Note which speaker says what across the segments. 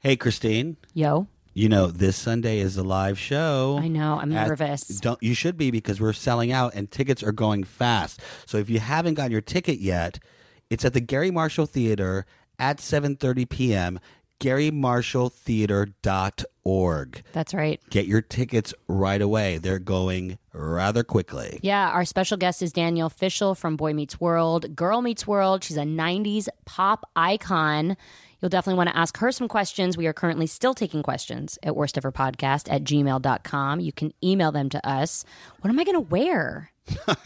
Speaker 1: Hey, Christine.
Speaker 2: Yo,
Speaker 1: You know, this Sunday is a live show.
Speaker 2: I know. I'm nervous.
Speaker 1: Don't you should be because we're selling out and tickets are going fast. So if you haven't gotten your ticket yet, it's at the Gary Marshall Theater at 7:30 p.m. GaryMarshallTheater.org.
Speaker 2: that's right.
Speaker 1: Get your tickets right away. They're going rather quickly.
Speaker 2: Yeah, our special guest is Danielle Fishel from Boy Meets World, Girl Meets World. She's a 90s pop icon. You'll definitely want to ask her some questions. We are currently still taking questions at worsteverpodcast at gmail.com. You can email them to us. What am I going to wear?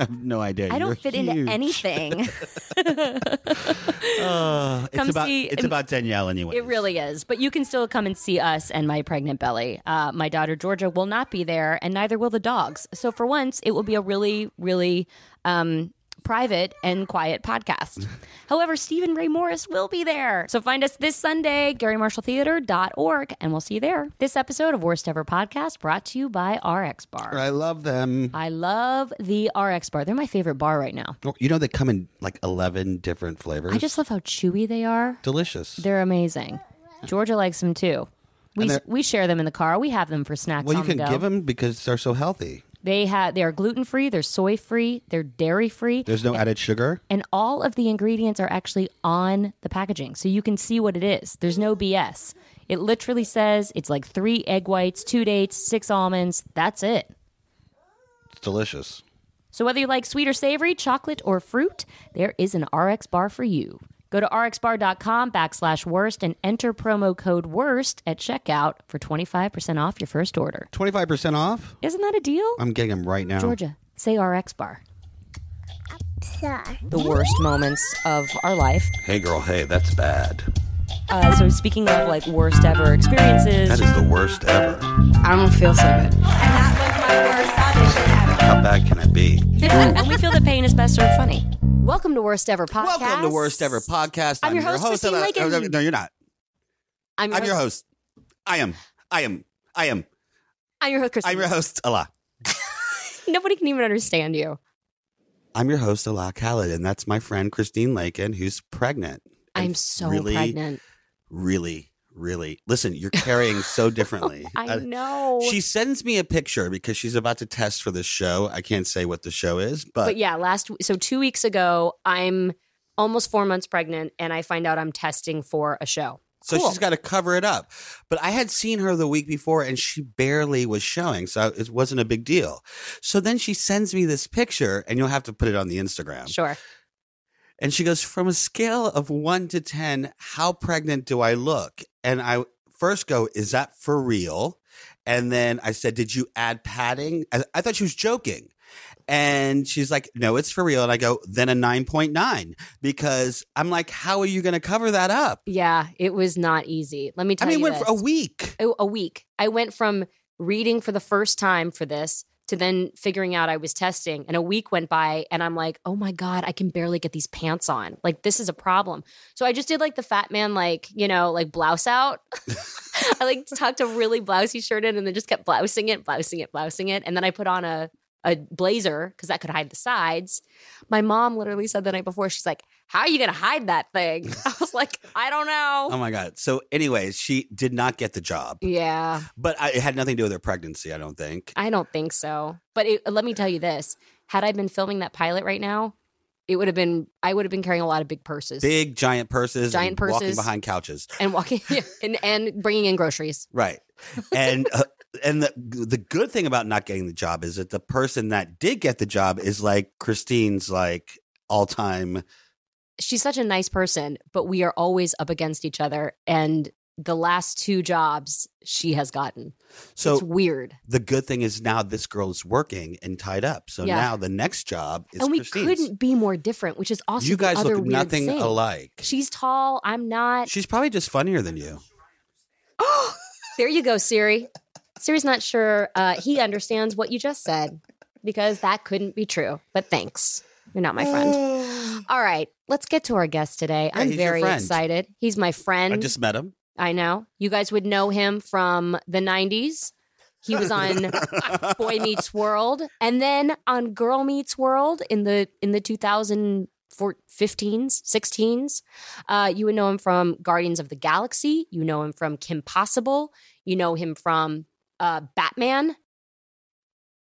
Speaker 1: No idea.
Speaker 2: I don't
Speaker 1: You're
Speaker 2: fit
Speaker 1: huge.
Speaker 2: into anything.
Speaker 1: Uh, it's
Speaker 2: Come
Speaker 1: about
Speaker 2: see-
Speaker 1: it's about Danielle anyway.
Speaker 2: It really is. But you can still come and see us and my pregnant belly. Uh, my daughter Georgia will not be there, and neither will the dogs. So for once, it will be a really, really um, private and quiet podcast. However, Stephen Ray Morris will be there. So find us this Sunday, GaryMarshallTheater.org, and we'll see you there. This episode of Worst Ever Podcast brought to you by RX Bar.
Speaker 1: I love them.
Speaker 2: I love the RX Bar. They're my favorite bar right now.
Speaker 1: You know they come in like 11 different flavors.
Speaker 2: I just love how chewy they are.
Speaker 1: delicious.
Speaker 2: They're amazing. Georgia likes them too. We,
Speaker 1: And they're-
Speaker 2: we share them in the car. We have them for snacks.
Speaker 1: well, you
Speaker 2: on the
Speaker 1: can
Speaker 2: go.
Speaker 1: give them because they're so healthy.
Speaker 2: They have they are gluten free. They're soy free. They're dairy free.
Speaker 1: There's no added sugar.
Speaker 2: And all of the ingredients are actually on the packaging, so you can see what it is. There's no BS. It literally says it's like three egg whites, two dates, six almonds. That's it.
Speaker 1: It's delicious.
Speaker 2: So whether you like sweet or savory, chocolate or fruit, there is an RX bar for you. Go to rxbar.com backslash worst and enter promo code worst at checkout for 25% off your first order.
Speaker 1: 25% off.
Speaker 2: Isn't that a deal?
Speaker 1: I'm getting them right now.
Speaker 2: Georgia, say RX bar.
Speaker 3: Sorry.
Speaker 2: The worst moments of our life.
Speaker 1: Hey, girl. Hey, that's bad.
Speaker 2: Uh, so speaking of like worst ever experiences,
Speaker 1: is the worst ever.
Speaker 4: I don't feel so good.
Speaker 5: And that was my worst audition ever.
Speaker 1: How bad can it be?
Speaker 2: and we feel that pain is best served funny. Welcome to Worst Ever Podcast.
Speaker 1: Welcome to Worst Ever Podcast.
Speaker 2: I'm your host,
Speaker 1: of
Speaker 2: Christine
Speaker 1: the-
Speaker 2: Lincoln.
Speaker 1: No, you're not.
Speaker 2: I'm
Speaker 1: I'm your host. I am. I am. I am.
Speaker 2: I'm your host, Christine.
Speaker 1: I'm your host, Allah.
Speaker 2: Nobody can even understand you.
Speaker 1: I'm your host, Allah Khaled, and that's my friend Christine Lakin, who's pregnant. And
Speaker 2: I'm so
Speaker 1: really,
Speaker 2: pregnant.
Speaker 1: Really, really. Listen, you're carrying so differently.
Speaker 2: I
Speaker 1: Uh,
Speaker 2: know.
Speaker 1: She sends me a picture because she's about to test for this show. I can't say what the show is, but,
Speaker 2: but yeah, last so two weeks ago, I'm almost four months pregnant, and I find out I'm testing for a show.
Speaker 1: so
Speaker 2: cool.
Speaker 1: she's got to cover it up. But I had seen her the week before and she barely was showing, so it wasn't a big deal. So then she sends me this picture, and you'll have to put it on the Instagram.
Speaker 2: Sure,
Speaker 1: And she goes, From a scale of one to 10, how pregnant do I look? And I first go, Is that for real? And then I said, Did you add padding? I, I thought she was joking. And she's like, No, it's for real. And I go, Then a 9.9, because I'm like, How are you going to cover that up?
Speaker 2: yeah, it was not easy. Let me
Speaker 1: I
Speaker 2: tell
Speaker 1: mean, it
Speaker 2: you,
Speaker 1: went
Speaker 2: this.
Speaker 1: for a week.
Speaker 2: Oh, a, a week. I went from reading for the first time for this to then figuring out I was testing, and a week went by, and I'm like, oh my god, I can barely get these pants on. Like this is a problem. So I just did like the fat man, like you know, like blouse out. I like tucked a really blousey shirt in, and then just kept blousing it, blousing it, blousing it, and then I put on a a blazer because that could hide the sides. My mom literally said the night before, she's like, "How are you gonna hide that thing?" I was like, "I don't know."
Speaker 1: Oh my God. So, anyways, she did not get the job,
Speaker 2: yeah.
Speaker 1: but I, it had nothing to do with her pregnancy, I don't think.
Speaker 2: Mm. I don't think so. But it, let me tell you this: had I been filming that pilot right now, it would have been I would have been carrying a lot of big purses
Speaker 1: Big giant purses, and
Speaker 2: Giant
Speaker 1: walking
Speaker 2: purses.
Speaker 1: behind couches.
Speaker 2: and walking and, and bringing in groceries.
Speaker 1: Right. And uh, and the the good thing about not getting the job is that the person that did get the job is like Christine's like all time.
Speaker 2: She's such a nice person, but we are always up against each other. And the last two jobs she has gotten, it's
Speaker 1: So
Speaker 2: weird.
Speaker 1: the good thing is now this girl is working and tied up. So
Speaker 2: Yeah.
Speaker 1: now the next job is
Speaker 2: and we
Speaker 1: Christine's.
Speaker 2: couldn't be more different, which is also
Speaker 1: you guys
Speaker 2: the other
Speaker 1: look
Speaker 2: weird
Speaker 1: nothing
Speaker 2: thing.
Speaker 1: alike.
Speaker 2: She's tall. I'm not.
Speaker 1: She's probably just funnier than you.
Speaker 2: There you go, Siri. Siri's not sure uh, he understands what you just said because that couldn't be true. But thanks. You're not my friend. All right, let's get to our guest today.
Speaker 1: Uh. Yeah,
Speaker 2: I'm
Speaker 1: he's your
Speaker 2: very
Speaker 1: friend.
Speaker 2: excited. He's my friend.
Speaker 1: I
Speaker 2: I,
Speaker 1: just met him.
Speaker 2: know. You guys would know him from the 90s. He was on Boy Meets World and then on Girl Meets World in the in the 2004 four, 15s, 16s. Uh, you would know him from Guardians of the Galaxy. You know him from Kim Possible. You know him from uh, Batman.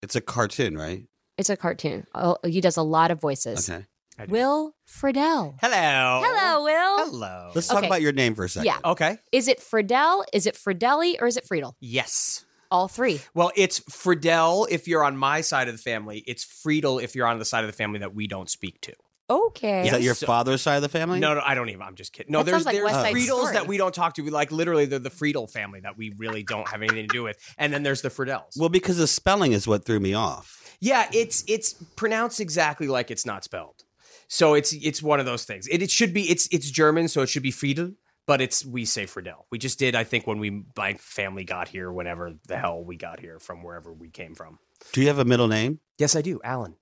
Speaker 1: It's a cartoon, right?
Speaker 2: It's a cartoon. Oh, he does a lot of voices.
Speaker 1: Okay.
Speaker 6: I do.
Speaker 2: Will Friedle.
Speaker 6: Hello.
Speaker 2: Hello, Will.
Speaker 6: Hello.
Speaker 1: Let's talk
Speaker 2: Okay.
Speaker 1: about your name for a second.
Speaker 2: Yeah.
Speaker 6: Okay.
Speaker 2: Is it Friedle? Is it Fridelli? Or is it Friedel?
Speaker 6: Yes.
Speaker 2: All three.
Speaker 6: Well, it's Friedel if you're on my side of the family. It's Friedel if you're on the side of the family that we don't speak to.
Speaker 2: Okay.
Speaker 1: Is that
Speaker 6: Yeah,
Speaker 1: your
Speaker 6: so-
Speaker 1: father's side of the family?
Speaker 6: No, no, I don't even. I'm just kidding. No,
Speaker 2: That
Speaker 6: there's
Speaker 2: sounds like
Speaker 6: there's
Speaker 2: West Side
Speaker 6: Friedels
Speaker 2: Story.
Speaker 6: that we don't talk to. We like literally they're the Friedel family that we really don't have anything to do with. And then there's the Friedels.
Speaker 1: Well, because the spelling is what threw me off.
Speaker 6: yeah, it's it's pronounced exactly like it's not spelled. So it's it's one of those things. It, it should be it's it's German, so it should be Friedel, but it's we say Friedel. We just did, I think, when we my family got here, whenever the hell we got here from wherever we came from.
Speaker 1: Do you have a middle name?
Speaker 6: Yes, I do, Alan.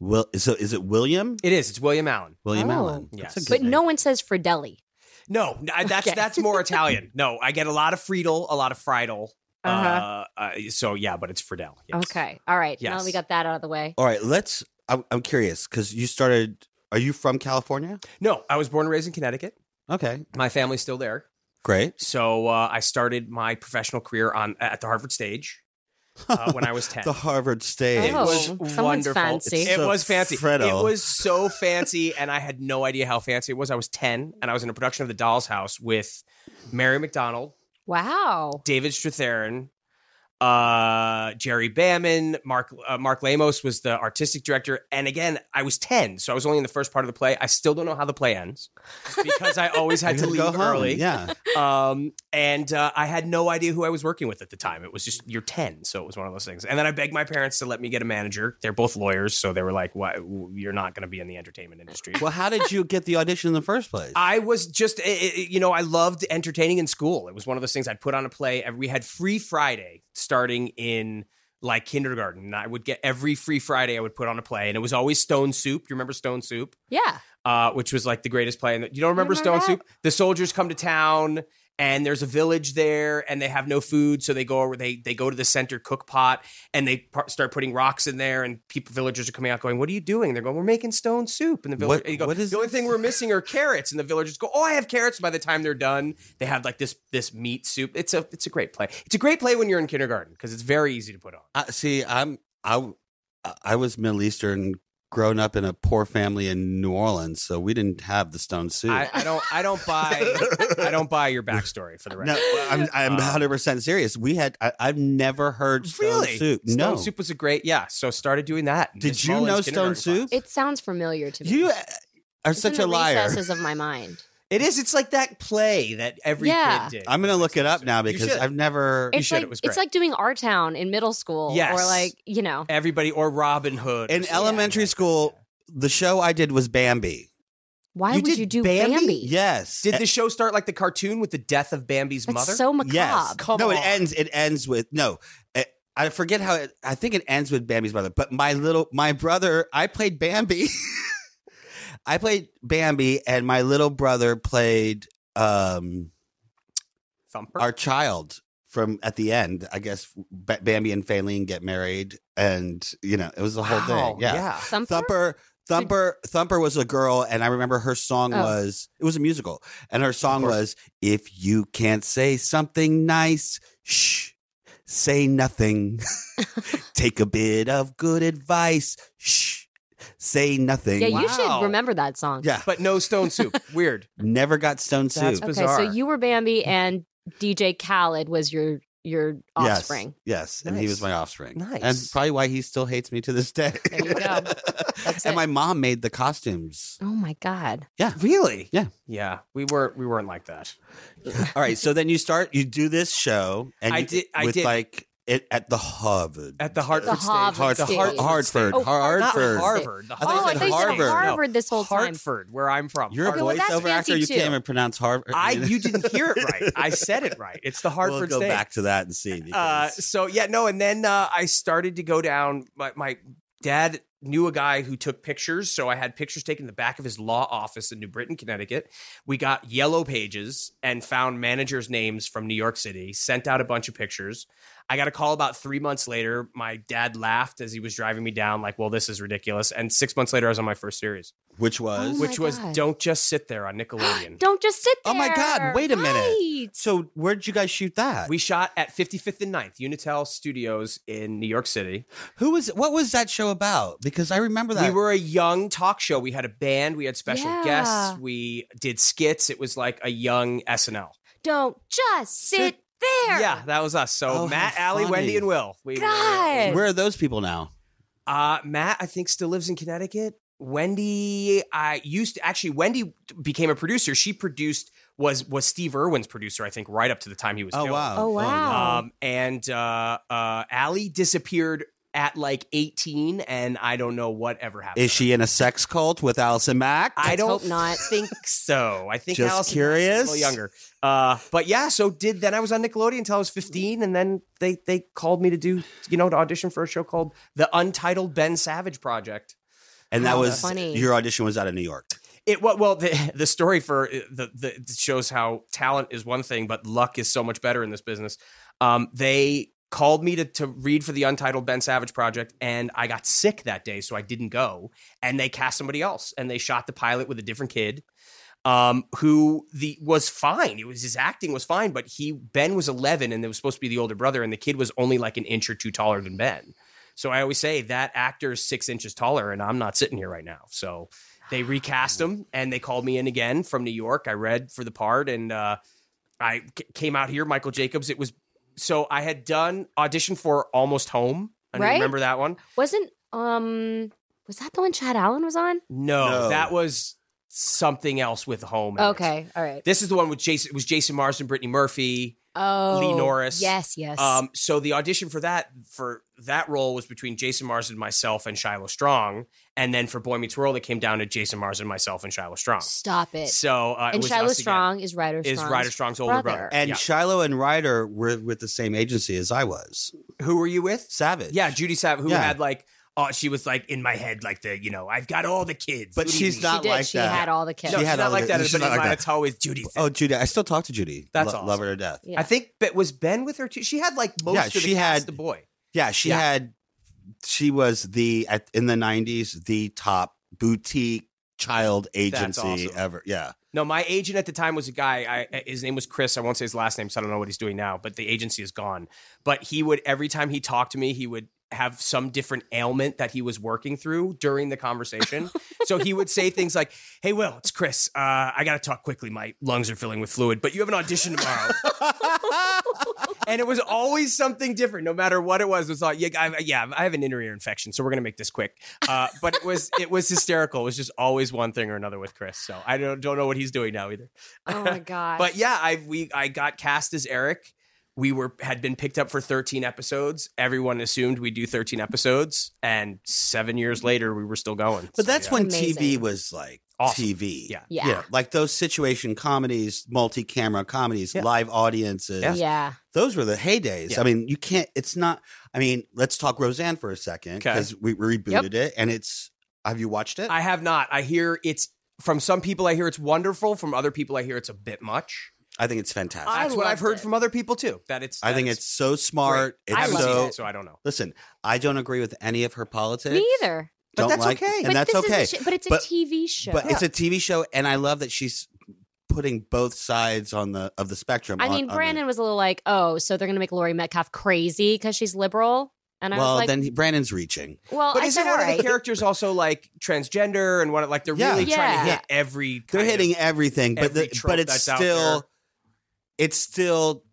Speaker 1: Will so is it William?
Speaker 6: It is. It's William Allen.
Speaker 1: William
Speaker 2: Oh.
Speaker 1: Allen.
Speaker 6: Yes.
Speaker 1: That's a good
Speaker 2: But
Speaker 1: name.
Speaker 2: no one says Fridelli.
Speaker 6: No, n- I- that's
Speaker 2: Okay.
Speaker 6: that's more Italian. No, I get a lot of Friedel, a lot of Friedel. uh uh so yeah, but it's Friedel. yes.
Speaker 2: Uh-huh. Okay. All right. Now that we
Speaker 6: Yes.
Speaker 2: got that out of the way.
Speaker 1: All right, let's. I'm, I'm curious because you started. Are you from California?
Speaker 6: No, I was born and raised in Connecticut.
Speaker 1: Okay,
Speaker 6: My family's still there.
Speaker 1: great.
Speaker 6: So uh, I started my professional career on at the Harvard stage uh, when I was ten.
Speaker 1: the Harvard stage.
Speaker 2: Oh,
Speaker 6: was
Speaker 2: someone's
Speaker 6: wonderful.
Speaker 2: fancy.
Speaker 1: It's
Speaker 6: It
Speaker 1: so
Speaker 6: was fancy.
Speaker 1: Fredo.
Speaker 6: It was so fancy, and I had no idea how fancy it was. I was ten, and I was in a production of The Doll's House with Mary McDonald,
Speaker 2: Wow.
Speaker 6: David Strathairn, uh, Jerry Bamman, Mark uh, Mark Lamos was the artistic director, and again, I was ten, so I was only in the first part of the play. I still don't know how the play ends because I always had to
Speaker 1: You
Speaker 6: leave
Speaker 1: go home.
Speaker 6: early.
Speaker 1: Yeah.
Speaker 6: Um, and uh, I had no idea who I was working with at the time. It was just you're ten, so it was one of those things. And then I begged my parents to let me get a manager. They're both lawyers, so they were like, "Why you're not going to be in the entertainment industry?"
Speaker 1: Well, how did you get the audition in the first place?
Speaker 6: I was just, i- i- you know, I loved entertaining in school. It was one of those things I'd put on a play. and We had free Friday starting in like kindergarten. And I would get every free Friday I would put on a play, and it was always Stone Soup. You remember Stone Soup,
Speaker 2: Yeah.
Speaker 6: uh, which was like the greatest play. And you don't
Speaker 2: remember
Speaker 6: remember, Stone
Speaker 2: that.
Speaker 6: Soup? The soldiers come to town. And there's a village there, and they have no food, so they go over. They they go to the center cook pot, and they par- start putting rocks in there. And people, villagers are coming out, going, "What are you doing?" they're going, "We're making stone soup." And the
Speaker 1: What-
Speaker 6: village, and you go,
Speaker 1: what is
Speaker 6: the only
Speaker 1: this?"
Speaker 6: thing we're missing are carrots. And the villagers go, "Oh, I have carrots." By the time they're done, they have like this this meat soup. It's a it's a great play. It's a great play when you're in kindergarten because it's very easy to put on.
Speaker 1: I Uh, see. I'm. I. I was Middle Eastern, grown up in a poor family in New Orleans, so we didn't have the stone soup.
Speaker 6: I, I don't I don't buy I don't buy your backstory for the record.
Speaker 1: no, I'm I'm
Speaker 6: Um,
Speaker 1: 100 percent serious. We had I, I've never heard stone
Speaker 6: Really?
Speaker 1: soup.
Speaker 6: Stone
Speaker 1: no,
Speaker 6: Soup was a great yeah. So started doing that. in
Speaker 1: Did
Speaker 6: Miss
Speaker 1: you know
Speaker 6: Mullins
Speaker 1: Stone
Speaker 6: kindergarten
Speaker 1: Soup?
Speaker 6: class.
Speaker 2: It sounds familiar to me.
Speaker 1: you uh, are
Speaker 2: It's
Speaker 1: such
Speaker 2: in
Speaker 1: a
Speaker 2: the
Speaker 1: liar.
Speaker 2: Recesses of my mind.
Speaker 6: It is. It's like that play that every
Speaker 2: Yeah.
Speaker 6: kid did.
Speaker 1: I'm gonna look it up now
Speaker 6: You
Speaker 1: because
Speaker 6: should.
Speaker 1: I've never.
Speaker 6: You
Speaker 2: It's
Speaker 6: should,
Speaker 2: like
Speaker 6: it was
Speaker 2: it's
Speaker 6: great.
Speaker 2: like doing our town in middle school.
Speaker 6: Yes.
Speaker 2: Or like you know.
Speaker 6: everybody or Robin Hood or
Speaker 1: In
Speaker 6: something
Speaker 1: elementary
Speaker 6: like that.
Speaker 1: school, the show I did was Bambi.
Speaker 2: Why
Speaker 6: You
Speaker 2: would
Speaker 6: did
Speaker 2: you do
Speaker 6: Bambi?
Speaker 2: Bambi?
Speaker 1: Yes. Eh,
Speaker 6: Did the show start like the cartoon with the death of Bambi's
Speaker 2: That's
Speaker 6: mother?
Speaker 2: so macabre.
Speaker 1: Yes.
Speaker 6: Come
Speaker 1: no,
Speaker 6: on.
Speaker 1: it ends. It ends with no. I- I forget how it, I think it ends with Bambi's mother. But my little my brother, I played Bambi. I played Bambi, and my little brother played um
Speaker 6: Thumper.
Speaker 1: our child from at the end. I guess B- Bambi and Faline get married, and you know it was the whole
Speaker 6: Wow,
Speaker 1: thing. Yeah.
Speaker 2: Thumper?
Speaker 1: Thumper Thumper Thumper was a girl and I remember her song
Speaker 2: Oh.
Speaker 1: was it was a musical and her song
Speaker 6: Of course.
Speaker 1: was if you can't say something nice shh say nothing take a bit of good advice shh say nothing
Speaker 2: Yeah, you
Speaker 6: Wow.
Speaker 2: should remember that song.
Speaker 1: Yeah,
Speaker 6: But no stone soup. Weird.
Speaker 1: never got stone
Speaker 6: That's
Speaker 1: soup
Speaker 2: Okay,
Speaker 6: bizarre.
Speaker 2: so you were Bambi and DJ Khaled was your your
Speaker 1: Yes,
Speaker 2: offspring.
Speaker 1: yes, and he was
Speaker 6: Nice.
Speaker 1: my offspring and
Speaker 6: Nice.
Speaker 1: probably why he still hates me to this day
Speaker 2: There you go. That's
Speaker 1: and
Speaker 2: it.
Speaker 1: my mom made the costumes
Speaker 2: Oh my god.
Speaker 6: Really?
Speaker 1: Yeah.
Speaker 6: Yeah. We weren't we weren't like that.
Speaker 1: All right, so then you start, you do this show, and
Speaker 6: I
Speaker 1: you-
Speaker 6: did- I
Speaker 1: with
Speaker 6: did.
Speaker 1: like it at the Harvard,
Speaker 6: At the Hartford
Speaker 2: The
Speaker 6: stage.
Speaker 2: Harvard
Speaker 1: Hartford,
Speaker 2: stage.
Speaker 1: Hartford, Hartford,
Speaker 2: Oh,
Speaker 6: Not
Speaker 2: Hartford.
Speaker 6: Harvard. The
Speaker 1: I thought
Speaker 2: oh, I
Speaker 1: you
Speaker 2: thought you
Speaker 1: said
Speaker 2: said
Speaker 1: Harvard.
Speaker 2: Harvard this whole time.
Speaker 6: Hartford, where I'm from.
Speaker 1: Your
Speaker 2: Okay, well, that's
Speaker 1: voiceover actor,
Speaker 2: fancy
Speaker 1: you
Speaker 2: too.
Speaker 1: can't even pronounce Harvard.
Speaker 6: I you didn't hear it right. I said it right. It's the Hartford
Speaker 1: we'll go
Speaker 6: stage.
Speaker 1: back to that and see.
Speaker 6: Uh,
Speaker 1: because-
Speaker 6: so yeah, no, and then uh, I started to go down. My, my dad knew a guy who took pictures, so I had pictures taken in the back of his law office in New Britain, Connecticut. We got yellow pages and found managers' names from New York City. Sent out a bunch of pictures. I got a call about three months later. My dad laughed as he was driving me down, like, well, this is ridiculous. And six months later, I was on my first series,
Speaker 1: which was
Speaker 2: Oh my
Speaker 6: which was
Speaker 2: God.
Speaker 6: Don't Just Sit There on Nickelodeon.
Speaker 2: Don't just sit there.
Speaker 1: Oh my God, wait a minute.
Speaker 2: Right.
Speaker 1: so. Where'd you guys shoot that?
Speaker 6: Uh, we shot at 55th and 9th, Unitel Studios in New York City.
Speaker 1: Who was? What was that show about? Because I remember that.
Speaker 6: We were a young talk show. We had a band, we had special
Speaker 2: Yeah.
Speaker 6: guests, we did skits. It was like a young SNL.
Speaker 2: Don't just sit there.
Speaker 6: Yeah, that was us. So
Speaker 1: Oh, how
Speaker 6: Matt, Allie,
Speaker 1: funny.
Speaker 6: Wendy, and Will. We,
Speaker 2: God.
Speaker 1: Where are those people now?
Speaker 6: Uh, Matt, I think still lives in Connecticut. Wendy, I used to actually. Wendy became a producer. She produced was was Steve Irwin's producer. I think right up to the time he was.
Speaker 1: Oh
Speaker 6: killed.
Speaker 1: wow!
Speaker 2: Oh, wow.
Speaker 6: Um, and uh, uh, Allie disappeared at like eighteen, and I don't know what ever happened.
Speaker 1: Is she in a sex cult with Allison Mack?
Speaker 6: I
Speaker 2: Let's
Speaker 6: don't
Speaker 2: hope not.
Speaker 6: think so. I think
Speaker 1: Just
Speaker 6: Allison Mack's
Speaker 1: curious?
Speaker 6: a little younger. Uh, but yeah, so did then I was on Nickelodeon until I was 15, and then they they called me to do you know to audition for a show called The Untitled Ben Savage Project.
Speaker 1: and that
Speaker 2: Oh,
Speaker 1: was
Speaker 2: funny.
Speaker 1: your audition was out of New York.
Speaker 6: It well, well the the story for uh, the the shows how talent is one thing, but luck is so much better in this business. Um, they called me to to read for the Untitled Ben Savage Project, and I got sick that day, so I didn't go. And they cast somebody else, and they shot the pilot with a different kid, um, who the was fine. It was his acting was fine, but he Ben was eleven, and it was supposed to be the older brother, and the kid was only like an inch or two taller than Ben. So I always say that actor is six inches taller, and I'm not sitting here right now. So they recast him, and they called me in again from New York. I read for the part, and uh, I c- came out here. Michael Jacobs. It was so I had done audition for Almost Home. I don't
Speaker 2: Right?
Speaker 6: remember that one.
Speaker 2: Wasn't um was that the one Chad Allen was on?
Speaker 6: No,
Speaker 1: No.
Speaker 6: that was something else with Home. in it.
Speaker 2: Okay. All right.
Speaker 6: This is the one with Jason. It was Jason Mars and Brittany Murphy.
Speaker 2: Oh.
Speaker 6: Norris.
Speaker 2: Yes, yes.
Speaker 6: Um, so the audition for that for that role was between Jason Mars and myself and Shiloh Strong, and then for Boy Meets World, it came down to Jason Mars and myself and Shiloh Strong.
Speaker 2: Stop it.
Speaker 6: So uh, it
Speaker 2: and
Speaker 6: was
Speaker 2: Shiloh
Speaker 6: us again.
Speaker 2: Strong is Ryder
Speaker 6: is
Speaker 2: Strong's
Speaker 6: Ryder Strong's older brother.
Speaker 2: brother.
Speaker 1: And
Speaker 6: Yeah.
Speaker 1: Shiloh and Ryder were with the same agency as I was.
Speaker 6: Who were you with?
Speaker 1: Savage.
Speaker 6: Yeah, Judy Sav, who
Speaker 1: Yeah.
Speaker 6: had like, oh, she was like in my head, like the you know, I've got all the kids,
Speaker 1: But
Speaker 6: What do you
Speaker 1: she's
Speaker 6: mean?
Speaker 1: not
Speaker 2: she did.
Speaker 1: like
Speaker 2: she
Speaker 1: that.
Speaker 2: had all the kids.
Speaker 6: No,
Speaker 1: She
Speaker 6: she's
Speaker 1: had all
Speaker 6: not like
Speaker 1: the-
Speaker 6: that.
Speaker 1: she's
Speaker 6: But
Speaker 1: not
Speaker 6: in
Speaker 1: like
Speaker 6: mine,
Speaker 1: that.
Speaker 6: it's always Judy.
Speaker 1: Oh, Judy. I still talk to Judy.
Speaker 6: That's
Speaker 1: Lo-
Speaker 6: awesome.
Speaker 1: love her to death.
Speaker 2: Yeah.
Speaker 6: I think, but was Ben with her too? She had like most
Speaker 1: Yeah,
Speaker 6: of the
Speaker 1: she
Speaker 6: cast
Speaker 1: had-
Speaker 6: the boy.
Speaker 1: Yeah, she
Speaker 6: Yeah.
Speaker 1: had. She was the at, in the '90s the top boutique child agency
Speaker 6: awesome.
Speaker 1: ever. Yeah,
Speaker 6: No, my agent at the time was a guy. I, his name was Chris. I won't say his last name, so I don't know what he's doing now. But the agency is gone. But he would every time he talked to me, he would have some different ailment that he was working through during the conversation. so he would say things like, "Hey, Will, it's Chris. Uh, I got to talk quickly. My lungs are filling with fluid, but you have an audition tomorrow." and it was always something different, no matter what it was. It was like, "Yeah, I, yeah, I have an inner ear infection, so we're gonna make this quick." Uh, but it was it was hysterical. It was just always one thing or another with Chris. So I don't don't know what he's doing now either.
Speaker 2: oh my gosh.
Speaker 6: But yeah, I we I got cast as Eric. We were had been picked up for 13 episodes. Everyone assumed we do 13 episodes, and seven years later, we were still going.
Speaker 1: but
Speaker 6: So,
Speaker 1: that's
Speaker 6: yeah.
Speaker 1: when
Speaker 2: Amazing.
Speaker 1: TV was like
Speaker 6: Awesome.
Speaker 1: TV.
Speaker 6: Yeah.
Speaker 2: Yeah.
Speaker 1: like those situation comedies, multi-camera comedies,
Speaker 6: Yeah.
Speaker 1: live audiences.
Speaker 6: Yeah.
Speaker 2: yeah.
Speaker 1: those were the heydays.
Speaker 6: Yeah.
Speaker 1: I mean, you can't. It's not. I mean, let's talk Roseanne for a second
Speaker 6: Okay.
Speaker 1: because we we rebooted it, and it's. Have you watched it?
Speaker 6: I have not. I hear it's from some people. I hear it's wonderful. From other people, I hear it's a bit much.
Speaker 1: I think it's fantastic.
Speaker 2: I
Speaker 6: That's what I've
Speaker 2: loved
Speaker 6: heard
Speaker 2: it.
Speaker 6: from other people too. That it's.
Speaker 1: I
Speaker 6: that
Speaker 1: think it's so smart.
Speaker 6: great. I
Speaker 1: It's
Speaker 6: haven't
Speaker 2: love
Speaker 1: so
Speaker 6: seen it, so I don't know.
Speaker 1: listen. I don't agree with any of her politics.
Speaker 2: Me either.
Speaker 6: But
Speaker 1: Don't
Speaker 6: that's
Speaker 1: like,
Speaker 6: okay.
Speaker 1: and
Speaker 2: but
Speaker 1: that's
Speaker 2: this
Speaker 1: okay.
Speaker 2: Is a sh- but it's a
Speaker 1: But-
Speaker 2: TV show.
Speaker 1: But it's a TV show, and I love that she's putting both sides on the of the spectrum.
Speaker 2: I
Speaker 1: on-
Speaker 2: mean,
Speaker 1: on the-
Speaker 2: Brandon was a little like, oh, so they're going to make Lori Metcalf crazy because she's liberal. And I
Speaker 1: well,
Speaker 2: was like,
Speaker 1: then he- Brandon's reaching.
Speaker 2: well,
Speaker 6: But
Speaker 2: I
Speaker 6: isn't
Speaker 2: said,
Speaker 6: one
Speaker 2: all
Speaker 6: of the
Speaker 2: right.
Speaker 6: characters also like transgender and what? Like they're
Speaker 1: Yeah.
Speaker 6: really trying
Speaker 2: Yeah.
Speaker 6: to hit every.
Speaker 1: They're
Speaker 6: kind of-
Speaker 1: hitting everything, but
Speaker 6: every
Speaker 1: the,
Speaker 6: trope
Speaker 1: but it's
Speaker 6: that's out
Speaker 1: still
Speaker 6: there.
Speaker 1: it's still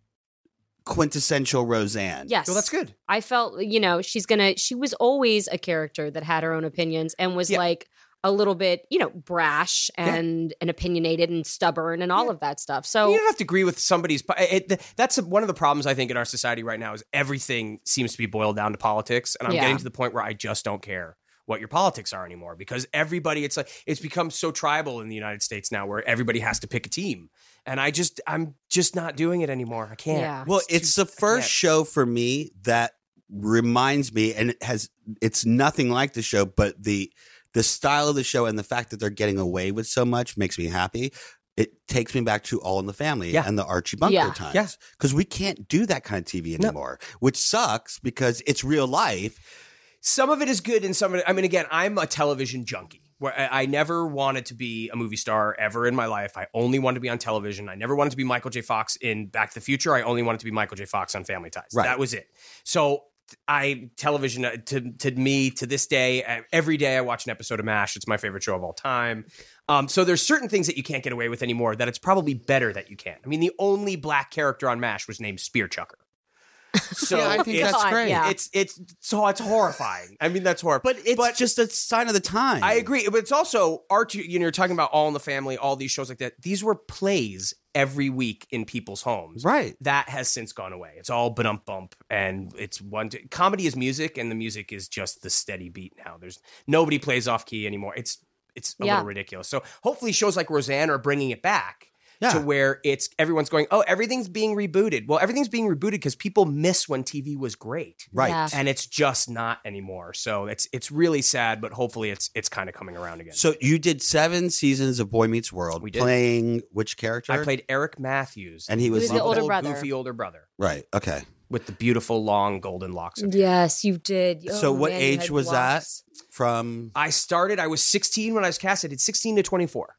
Speaker 1: quintessential Roseanne.
Speaker 2: Yes.
Speaker 6: Well, that's good.
Speaker 2: I felt, uh, you know, she's going to, she was always a character that had her own opinions and was
Speaker 6: Yeah.
Speaker 2: like a little bit, you know, brash
Speaker 6: Yeah.
Speaker 2: and, and opinionated and stubborn and all
Speaker 6: Yeah.
Speaker 2: of that stuff.
Speaker 6: You
Speaker 2: So,
Speaker 6: don't have to agree with somebody's. po- It, it- that's one of the problems I think in our society right now is everything seems to be boiled down to politics, and I'm
Speaker 2: Yeah.
Speaker 6: getting to the point where I just don't care what your politics are anymore because everybody it's like it's become so tribal in the United States now where everybody has to pick a team, and I just I'm just not doing it anymore. I can't.
Speaker 2: Yeah.
Speaker 1: Well, it's
Speaker 6: too-
Speaker 1: the first show for me that reminds me, and it has it's nothing like the show, but the the style of the show and the fact that they're getting away with so much makes me happy. It takes me back to All in the Family
Speaker 6: Yeah.
Speaker 1: and the Archie Bunker
Speaker 2: Yeah.
Speaker 1: times.
Speaker 6: Yeah.
Speaker 1: Because we can't do that kind of TV
Speaker 6: No.
Speaker 1: anymore, which sucks because it's real life.
Speaker 6: some of it is good and some of it i mean again i'm a television junkie where I, I never wanted to be a movie star ever in my life i only wanted to be on television i never wanted to be michael j fox in back to the future i only wanted to be michael j fox on family ties
Speaker 1: Right.
Speaker 6: that was it so i television uh, to, to me to this day uh, every day i watch an episode of mash it's my favorite show of all time um, so there's certain things that you can't get away with anymore that it's probably better that you can i mean the only black character on mash was named spear chucker so
Speaker 1: Yeah, I think
Speaker 6: it's-
Speaker 1: that's
Speaker 2: God,
Speaker 1: great.
Speaker 2: yeah.
Speaker 6: it's it's so it's horrifying. I mean, that's horrifying.
Speaker 1: But it's
Speaker 6: But-
Speaker 1: just a sign of the time.
Speaker 6: I agree, but it's also Archie. You know, you're talking about All in the Family, all these shows like that. These were plays every week in people's homes.
Speaker 1: Right.
Speaker 6: That has since gone away. It's all but ump bump, and it's one. comedy is music, and the music is just the steady beat now. There's nobody plays off key anymore. It's it's a
Speaker 2: Yeah.
Speaker 6: little ridiculous. So hopefully, shows like Roseanne are bringing it back
Speaker 1: Yeah.
Speaker 6: to where it's everyone's going. Oh, everything's being rebooted. Well, everything's being rebooted because people miss when TV was great
Speaker 1: Right.
Speaker 2: Yeah.
Speaker 6: and it's just not anymore. So it's it's really sad, but hopefully it's it's kind of coming around again.
Speaker 1: So you did seven seasons of Boy Meets World
Speaker 6: We did.
Speaker 1: playing which character?
Speaker 6: I played Eric Matthews,
Speaker 1: and he was,
Speaker 2: was the
Speaker 1: lovable?
Speaker 2: older
Speaker 6: old
Speaker 2: brother.
Speaker 6: goofy older brother
Speaker 1: Right. Okay.
Speaker 6: with the beautiful long golden locks.
Speaker 1: Mm.
Speaker 6: of hair.
Speaker 2: Yes, you did.
Speaker 1: So what age was that? From
Speaker 6: I started. I was 16 when I was cast. I did 16 to 24.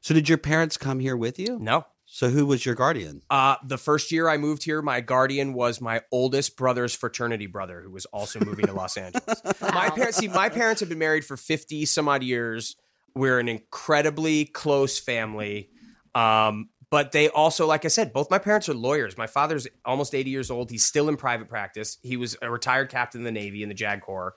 Speaker 1: So did your parents come here with you?
Speaker 6: No,
Speaker 1: So who was your guardian?
Speaker 6: uh, the first year I moved here, my guardian was my oldest brother's fraternity brother, who was also moving to Los Angeles. My parents, see, my parents have been married for 50 some odd years. We're an incredibly close family. Um, but they also, like I said, both my parents are lawyers. My father's almost 80 years old. He's still in private practice. He was a retired captain in the Navy in the JAG Corps.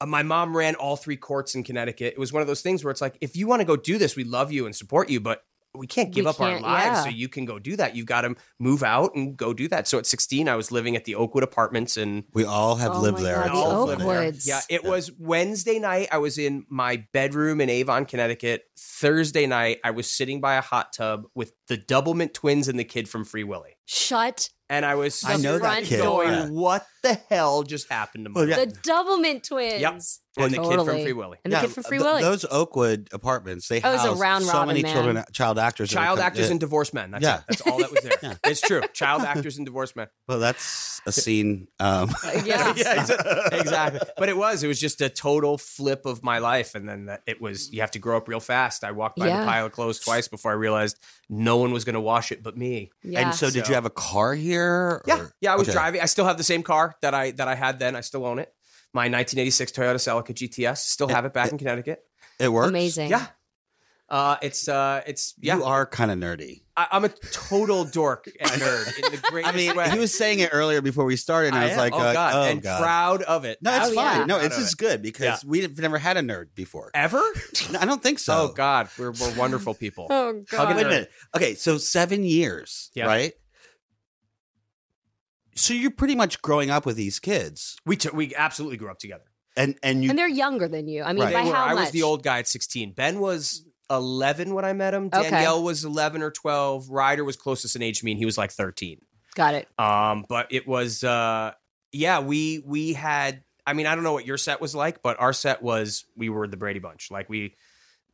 Speaker 6: Uh, my mom ran all three courts in Connecticut. It was one of those things where it's like, if you want to go do this, we love you and support you, but we can't give
Speaker 2: We
Speaker 6: up our
Speaker 2: can't,
Speaker 6: lives
Speaker 2: yeah.
Speaker 6: so you can go do that. You've got to move out and go do that. So at 16, I was living at the Oakwood Apartments and
Speaker 1: We all have
Speaker 2: Oh
Speaker 1: lived
Speaker 2: my
Speaker 1: there.
Speaker 2: God,
Speaker 1: at
Speaker 2: the
Speaker 1: some point.
Speaker 2: Oakwood. Oakwoods.
Speaker 6: yeah, it
Speaker 1: Yeah.
Speaker 6: was Wednesday night. I was in my bedroom in Avon, Connecticut. Thursday night, I was sitting by a hot tub with the Doublemint twins and the kid from Free Willy.
Speaker 2: Shut
Speaker 6: And I was
Speaker 1: I know that
Speaker 2: front
Speaker 1: kid.
Speaker 2: door.
Speaker 6: going,
Speaker 1: Yeah.
Speaker 6: what the hell just happened to me?
Speaker 1: Well, yeah.
Speaker 2: the Doublemint twins.
Speaker 6: And the kid from
Speaker 2: Totally.
Speaker 6: Free Willy.
Speaker 2: And
Speaker 1: Yeah,
Speaker 2: the kid from Free
Speaker 1: th-
Speaker 2: Willy.
Speaker 1: Those Oakwood apartments, they
Speaker 2: Oh, it was a
Speaker 1: housed
Speaker 2: round
Speaker 1: so
Speaker 2: robin,
Speaker 1: many
Speaker 2: man.
Speaker 1: children, child actors. that would
Speaker 6: Child
Speaker 1: come-
Speaker 6: actors
Speaker 1: yeah.
Speaker 6: and divorced men. That's
Speaker 1: Yeah.
Speaker 6: it. That's all that was there.
Speaker 1: Yeah.
Speaker 6: It's true. Child actors and divorced men.
Speaker 1: Well, that's a scene. Um,
Speaker 2: yeah.
Speaker 6: yeah, exa- exactly. But it was, it was just a total flip of my life. And then that it was, you have to grow up real fast. I walked by
Speaker 2: Yeah.
Speaker 6: the pile of clothes twice before I realized no one was going to wash it but me.
Speaker 2: Yeah.
Speaker 1: And so, did
Speaker 6: So-
Speaker 1: you have a car here?
Speaker 6: Yeah.
Speaker 1: or-
Speaker 6: Yeah. I was
Speaker 1: Okay.
Speaker 6: driving. I still have the same car that I, that I had then. I still own it. My 1986 Toyota Celica GTS. Still have it back in Connecticut.
Speaker 1: It works.
Speaker 2: amazing.
Speaker 6: Yeah. Uh, it's, uh, it's, yeah.
Speaker 1: You are kind of nerdy.
Speaker 6: I, I'm a total dork and nerd in the greatest
Speaker 1: I mean,
Speaker 6: way.
Speaker 1: he was saying it earlier before we started, and I, was
Speaker 6: am.
Speaker 1: like,
Speaker 6: oh,
Speaker 1: uh,
Speaker 6: God.
Speaker 1: oh,
Speaker 6: and
Speaker 1: God.
Speaker 6: proud of it.
Speaker 1: No, it's
Speaker 2: Oh,
Speaker 1: fine.
Speaker 2: yeah.
Speaker 1: No,
Speaker 6: Proud
Speaker 1: it's
Speaker 6: of
Speaker 1: just
Speaker 6: it.
Speaker 1: good because we've never had a nerd before.
Speaker 6: Ever?
Speaker 1: No, I don't think so.
Speaker 6: Oh, God. We're, we're wonderful people.
Speaker 2: Oh
Speaker 6: Hug
Speaker 2: god.
Speaker 6: it
Speaker 1: Wait a
Speaker 6: Nerd.
Speaker 1: minute. Okay, so seven years,
Speaker 6: Yeah.
Speaker 1: right? So you're pretty much growing up with these kids,
Speaker 6: We took we absolutely grew up together.
Speaker 1: and and you
Speaker 2: And they're younger than you. I mean,
Speaker 1: Right.
Speaker 2: by
Speaker 6: They were.
Speaker 2: how
Speaker 6: I
Speaker 2: much?
Speaker 6: was the old guy at 16. Ben was 11 when I met him.
Speaker 2: Okay.
Speaker 6: Danielle was 11 or 12. Ryder was closest in age to me, and he was like 13.
Speaker 2: Got it.
Speaker 6: Um, but it was, uh, yeah, we we had. I mean, I don't know what your set was like, but our set was we were the Brady Bunch. Like we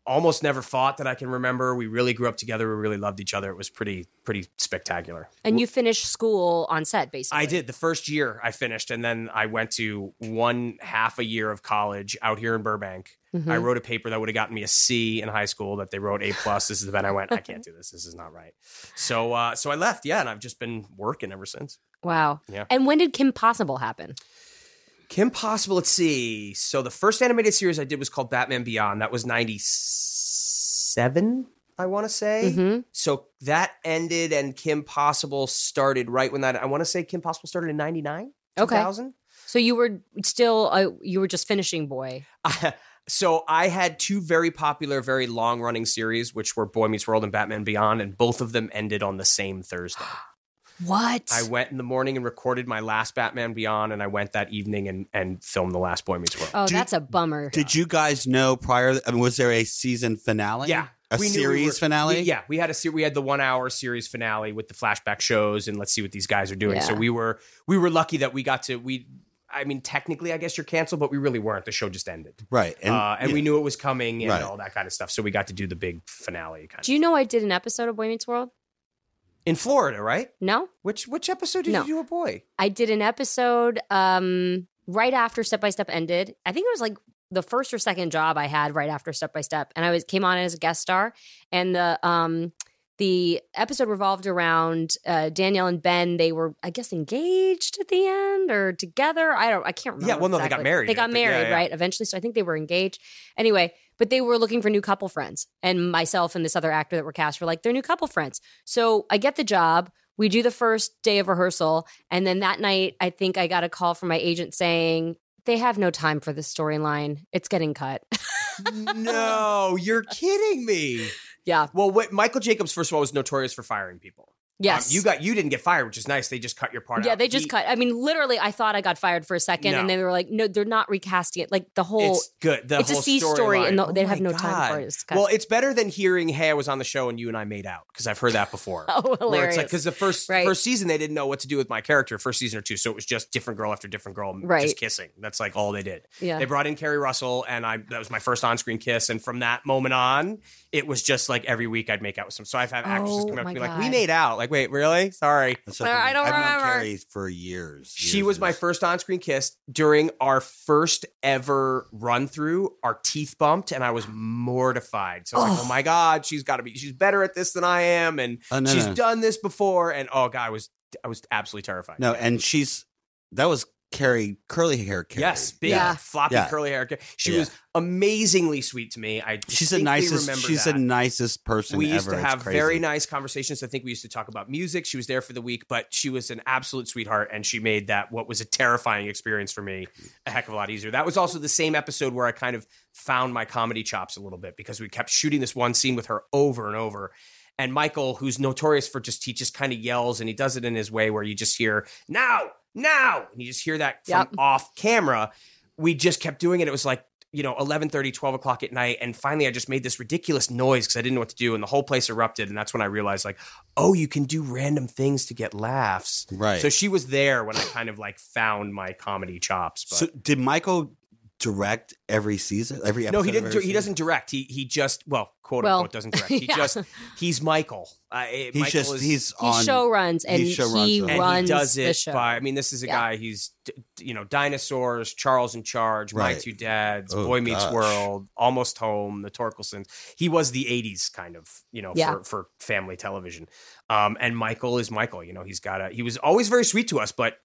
Speaker 6: almost never fought that I can remember. We really grew up together. We really loved each other. It was pretty pretty spectacular.
Speaker 2: And you finished school on set, basically.
Speaker 6: I did the first year I finished, and then I went to one half a year of college out here in Burbank.
Speaker 2: Mhm.
Speaker 6: I wrote a paper that would have gotten me a C in high school that they wrote A plus. This is the event I went. I can't do this. This is not right. So uh, so I left. Yeah, and I've just been working ever since.
Speaker 2: Wow.
Speaker 6: Yeah.
Speaker 2: And when did Kim Possible happen?
Speaker 6: Kim Possible. Let's see. So the first animated series I did was called Batman Beyond. That was ninety seven. I want to say.
Speaker 2: hmm
Speaker 6: So that ended, and Kim Possible started right when that. I want to say Kim Possible started in ninety nine.
Speaker 2: Okay.
Speaker 6: 2000?
Speaker 2: So you were still uh, you were just finishing boy.
Speaker 6: so I had two very popular, very long running series, which were Boy Meets World and Batman Beyond, and both of them ended on the same Thursday.
Speaker 2: What?
Speaker 6: I went in the morning and recorded my last Batman Beyond, and I went that evening and, and filmed the last Boy Meets World.
Speaker 2: oh,
Speaker 1: Did-
Speaker 2: that's a bummer.
Speaker 1: did you guys know prior? I mean, was there a season finale?
Speaker 6: yeah.
Speaker 1: a
Speaker 6: we knew we
Speaker 1: series
Speaker 6: were-
Speaker 1: finale.
Speaker 6: we- yeah, we had a se- we had the one hour series finale with the flashback shows, and let's see what these guys are doing. So
Speaker 2: Yeah.
Speaker 6: we were we were lucky that we got to we. I mean, technically, I guess you're canceled, but we really weren't. The show just ended,
Speaker 1: Right.
Speaker 6: and, uh, and
Speaker 1: yeah.
Speaker 6: we knew it was coming and
Speaker 1: Right.
Speaker 6: all that kind of stuff. So we got to do the big finale kind
Speaker 2: Do you know I did an episode of Boy Meets World?
Speaker 6: of in Florida, right?
Speaker 2: No,
Speaker 6: Which which episode did
Speaker 2: No.
Speaker 6: you do a boy?
Speaker 2: I did an episode um, right after Step by Step ended. I think it was like the first or second job I had right after Step by Step, and I was came on as a guest star. And the um, the episode revolved around uh, Danielle and Ben. They were, I guess, engaged at the end or together. I don't. I can't remember.
Speaker 6: Yeah, well, no, they got
Speaker 2: exactly.
Speaker 6: married
Speaker 2: They
Speaker 6: at
Speaker 2: got
Speaker 6: the- yeah,
Speaker 2: married,
Speaker 6: yeah.
Speaker 2: right? Eventually, so I think they were engaged. Anyway, but they were looking for new couple friends, and myself and this other actor that were cast were like, they're new couple friends. So I get the job. We do the first day of rehearsal. And then that night, I think I got a call from my agent saying, they have no time for this storyline. It's getting cut.
Speaker 6: no, you're kidding me.
Speaker 2: yeah.
Speaker 6: Well, what, Michael Jacobs, first of all, was notorious for firing people. Um,
Speaker 2: Yes.
Speaker 6: you got you didn't get fired, which is nice. They just cut your part.
Speaker 2: Yeah,
Speaker 6: out.
Speaker 2: they just
Speaker 6: He-
Speaker 2: cut. I mean, literally, I thought I got fired for a second, and
Speaker 6: No.
Speaker 2: then they were like, "No, they're not recasting it." Like the whole,
Speaker 6: It's good. The
Speaker 2: it's a
Speaker 6: whole
Speaker 2: C story, and
Speaker 6: storyline.
Speaker 2: the, they
Speaker 6: Oh
Speaker 2: have
Speaker 6: my
Speaker 2: no time for
Speaker 6: God.
Speaker 2: it. It's cut.
Speaker 6: Well, it's better than hearing, "Hey, I was on the show and you and I made out," because I've heard that before.
Speaker 2: oh,
Speaker 6: Where
Speaker 2: hilarious!
Speaker 6: it's like because the first
Speaker 2: Right.
Speaker 6: first season they didn't know what to do with my character first season or two, so it was just different girl after different girl,
Speaker 2: Right.
Speaker 6: just kissing. That's like all they did.
Speaker 2: yeah,
Speaker 6: They brought in Carrie Russell, and I that was my first on screen kiss. And from that moment on, it was just like every week I'd make out with some. So I've had actresses
Speaker 2: Oh
Speaker 6: come up
Speaker 2: my
Speaker 6: to me like,
Speaker 2: God.
Speaker 6: "We made out." Like, wait, really? Sorry.
Speaker 1: That's
Speaker 2: Claire, I don't
Speaker 1: I've
Speaker 2: remember.
Speaker 1: known Carrie for years.
Speaker 6: She
Speaker 1: years
Speaker 6: was my
Speaker 1: years.
Speaker 6: first on screen kiss during our first ever run through. Our teeth bumped, and I was mortified. So I was like,
Speaker 2: Oh.
Speaker 6: oh my God, she's got to be, she's better at this than I am. And
Speaker 1: Oh, no,
Speaker 6: she's
Speaker 1: no.
Speaker 6: done this before. And oh God, I was, I was absolutely terrified.
Speaker 1: No, and she's that was Carrie curly hair. Carrie.
Speaker 6: Yes, big
Speaker 2: Yeah.
Speaker 6: floppy
Speaker 1: Yeah.
Speaker 6: curly hair. She
Speaker 1: Yeah.
Speaker 6: was amazingly sweet to me. I
Speaker 1: she's the
Speaker 6: distinctly
Speaker 1: nicest.
Speaker 6: Remember
Speaker 1: She's
Speaker 6: that.
Speaker 1: the nicest person.
Speaker 6: we used
Speaker 1: ever.
Speaker 6: to
Speaker 1: It's
Speaker 6: have
Speaker 1: crazy.
Speaker 6: very nice conversations. I think we used to talk about music. She was there for the week, but she was an absolute sweetheart, and she made that what was a terrifying experience for me a heck of a lot easier. That was also the same episode where I kind of found my comedy chops a little bit because we kept shooting this one scene with her over and over. And Michael, who's notorious for just he just kind of yells and he does it in his way where you just hear now, now, and you just hear that from
Speaker 2: Yep.
Speaker 6: off camera. We just kept doing it. It was like you know 11:30, 12 o'clock at night, and finally I just made this ridiculous noise because I didn't know what to do, and the whole place erupted. And that's when I realized like, oh, you can do random things to get laughs.
Speaker 1: Right.
Speaker 6: So she was there when I kind of like found my comedy chops. But.
Speaker 1: So did Michael direct every season? Every episode
Speaker 6: no, he
Speaker 1: of
Speaker 6: didn't.
Speaker 1: every
Speaker 6: Di- he
Speaker 1: season?
Speaker 6: doesn't direct. He he just well, quote
Speaker 2: Well,
Speaker 6: unquote, doesn't direct. He
Speaker 2: yeah.
Speaker 6: just he's Michael. Uh, it-
Speaker 1: He's
Speaker 6: Michael
Speaker 1: just
Speaker 6: is-
Speaker 1: he's
Speaker 2: he
Speaker 1: on.
Speaker 2: show runs and
Speaker 1: he
Speaker 2: he,
Speaker 1: showruns it.
Speaker 6: and
Speaker 2: runs
Speaker 6: he does
Speaker 2: the
Speaker 6: it
Speaker 2: show.
Speaker 6: by. I mean, this is a
Speaker 2: Yeah.
Speaker 6: guy. He's d- d- you know dinosaurs, Charles in Charge,
Speaker 1: Right.
Speaker 6: My Two Dads,
Speaker 1: Oh,
Speaker 6: Boy Meets
Speaker 1: gosh.
Speaker 6: World, Almost Home, The Torkelsons. He was the '80s kind of you know
Speaker 2: Yeah.
Speaker 6: for, for family television. Um, and Michael is Michael. You know, he's got a. He was always very sweet to us, but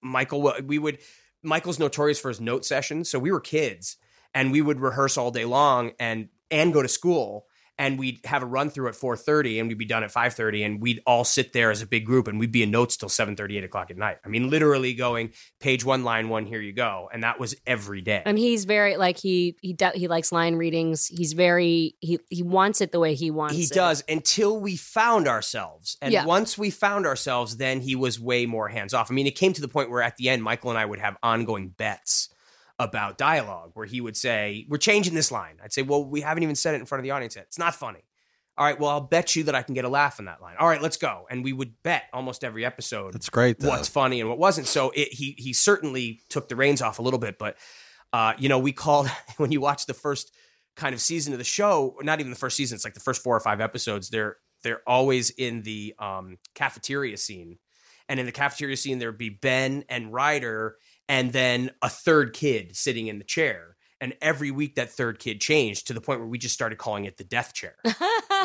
Speaker 6: Michael, wa- we would. Michael's notorious for his note sessions, so we were kids and we would rehearse all day long and and go to school and we'd have a run through at 4.30 and we'd be done at 5.30 and we'd all sit there as a big group and we'd be in notes till 7.30 8 o'clock at night i mean literally going page one line one here you go and that was every day
Speaker 2: and he's very like he he de- he likes line readings. He's very he he wants it the way he wants.
Speaker 6: he
Speaker 2: it.
Speaker 6: does until we found ourselves and
Speaker 2: Yeah.
Speaker 6: once we found ourselves then he was way more hands off i mean it came to the point where at the end michael and i would have ongoing bets about dialogue where he would say we're changing this line i'd say well we haven't even said it in front of the audience yet it's not funny all right well i'll bet you that i can get a laugh on that line all right let's go and we would bet almost every episode
Speaker 1: That's great. Though.
Speaker 6: what's funny and what wasn't. So it, he he certainly took the reins off a little bit, but uh, you know, we called when you watch the first kind of season of the show, not even the first season, it's like the first four or five episodes, they're they're always in the um, cafeteria scene. And in the cafeteria scene, there'd be Ben and Ryder, and then a third kid sitting in the chair. And every week that third kid changed to the point where we just started calling it the death chair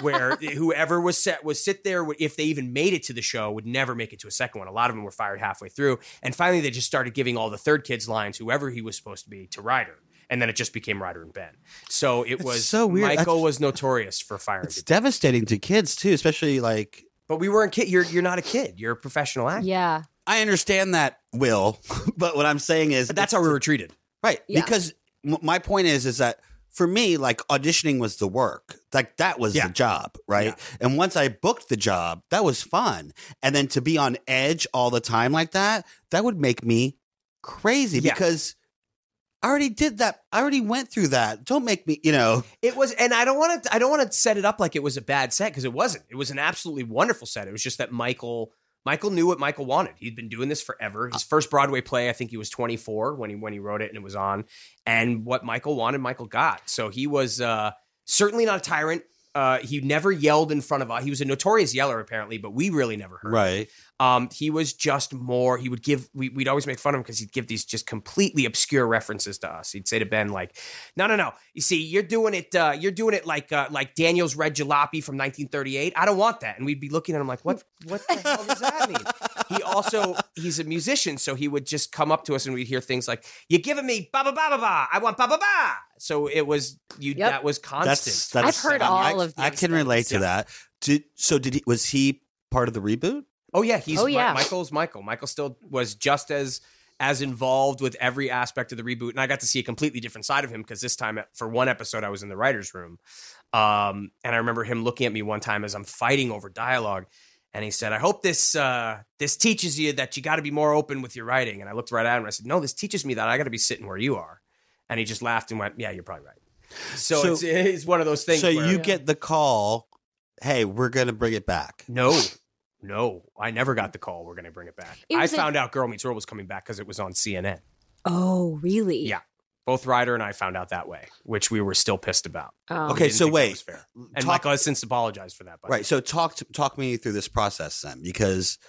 Speaker 6: where whoever was set was sit there would- if they even made it to the show would never make it to a second one a lot of them were fired halfway through and finally they just started giving all the third kids lines whoever he was supposed to be to ryder and then it just became ryder and ben so it
Speaker 1: It's
Speaker 6: was
Speaker 1: so weird.
Speaker 6: michael
Speaker 1: That's-
Speaker 6: was notorious for firing
Speaker 1: It's
Speaker 6: people.
Speaker 1: devastating to kids too, especially like
Speaker 6: but we weren't kid you're, you're not a kid you're a professional actor
Speaker 2: Yeah,
Speaker 1: I understand that will, but what I'm saying is
Speaker 6: but that's how we were treated
Speaker 1: right
Speaker 2: Yeah.
Speaker 1: because m- my point is is that for me like auditioning was the work like that was
Speaker 6: Yeah.
Speaker 1: the job right and once i booked the job that was fun and then to be on edge all the time like that that would make me crazy
Speaker 6: Yeah.
Speaker 1: because i already did that i already went through that don't make me you know
Speaker 6: It was, and I don't want to. I don't want to set it up like it was a bad set because it wasn't. It was an absolutely wonderful set. It was just that Michael Michael knew what Michael wanted. He'd been doing this forever. His first Broadway play, I think he was 24 when he when he wrote it and it was on. And what Michael wanted, Michael got. So he was uh, certainly not a tyrant. Uh, he never yelled in front of us. He was a notorious yeller apparently, but we really never heard.
Speaker 1: Right.
Speaker 6: Um, he was just more. He would give. We, we'd always make fun of him because he'd give these just completely obscure references to us. He'd say to Ben like, "No, no, no. You see, you're doing it. Uh, you're doing it like uh, like Daniel's red jalopy from 1938. I don't want that." And we'd be looking at him like, "What? What the hell does that mean?" He also he's a musician, so he would just come up to us and we'd hear things like, "You're giving me ba ba ba ba ba. I want ba ba ba." So it was you.
Speaker 2: Yep.
Speaker 6: That was constant.
Speaker 1: That's,
Speaker 2: I've
Speaker 1: that's
Speaker 2: heard
Speaker 1: I-
Speaker 2: all of
Speaker 1: I
Speaker 2: these
Speaker 1: can relate to
Speaker 6: Yeah.
Speaker 1: that. Did so? Did he was he part of the reboot?
Speaker 6: Oh yeah, he's
Speaker 2: Oh,
Speaker 6: Mi-
Speaker 2: yeah.
Speaker 6: Michael's Michael. Michael still was just as as involved with every aspect of the reboot, and I got to see a completely different side of him because this time uh, for one episode I was in the writers' room, um, and I remember him looking at me one time as I'm fighting over dialogue, and he said, "I hope this uh, this teaches you that you got to be more open with your writing." And I looked right at him and I said, "No, this teaches me that I got to be sitting where you are," and he just laughed and went, "Yeah, you're probably right." So,
Speaker 1: So-
Speaker 6: it's, it's one of those things.
Speaker 1: so
Speaker 6: where-
Speaker 1: you get the call. Hey, we're gonna bring it back.
Speaker 6: No, no, I never got the call. We're going to bring it back.
Speaker 2: It
Speaker 6: I
Speaker 2: was a-
Speaker 6: found out Girl Meets World was coming back because it was on CNN.
Speaker 2: Oh, really?
Speaker 6: Yeah. Both Ryder and I found out that way, which we were still pissed about.
Speaker 2: Um,
Speaker 1: Okay,
Speaker 6: Didn't
Speaker 1: so
Speaker 6: think that
Speaker 1: wait.
Speaker 6: was fair. And
Speaker 1: Talk-
Speaker 6: Michael has since apologized for that. By the way.
Speaker 1: Right. So talk to, talk me through this process then, because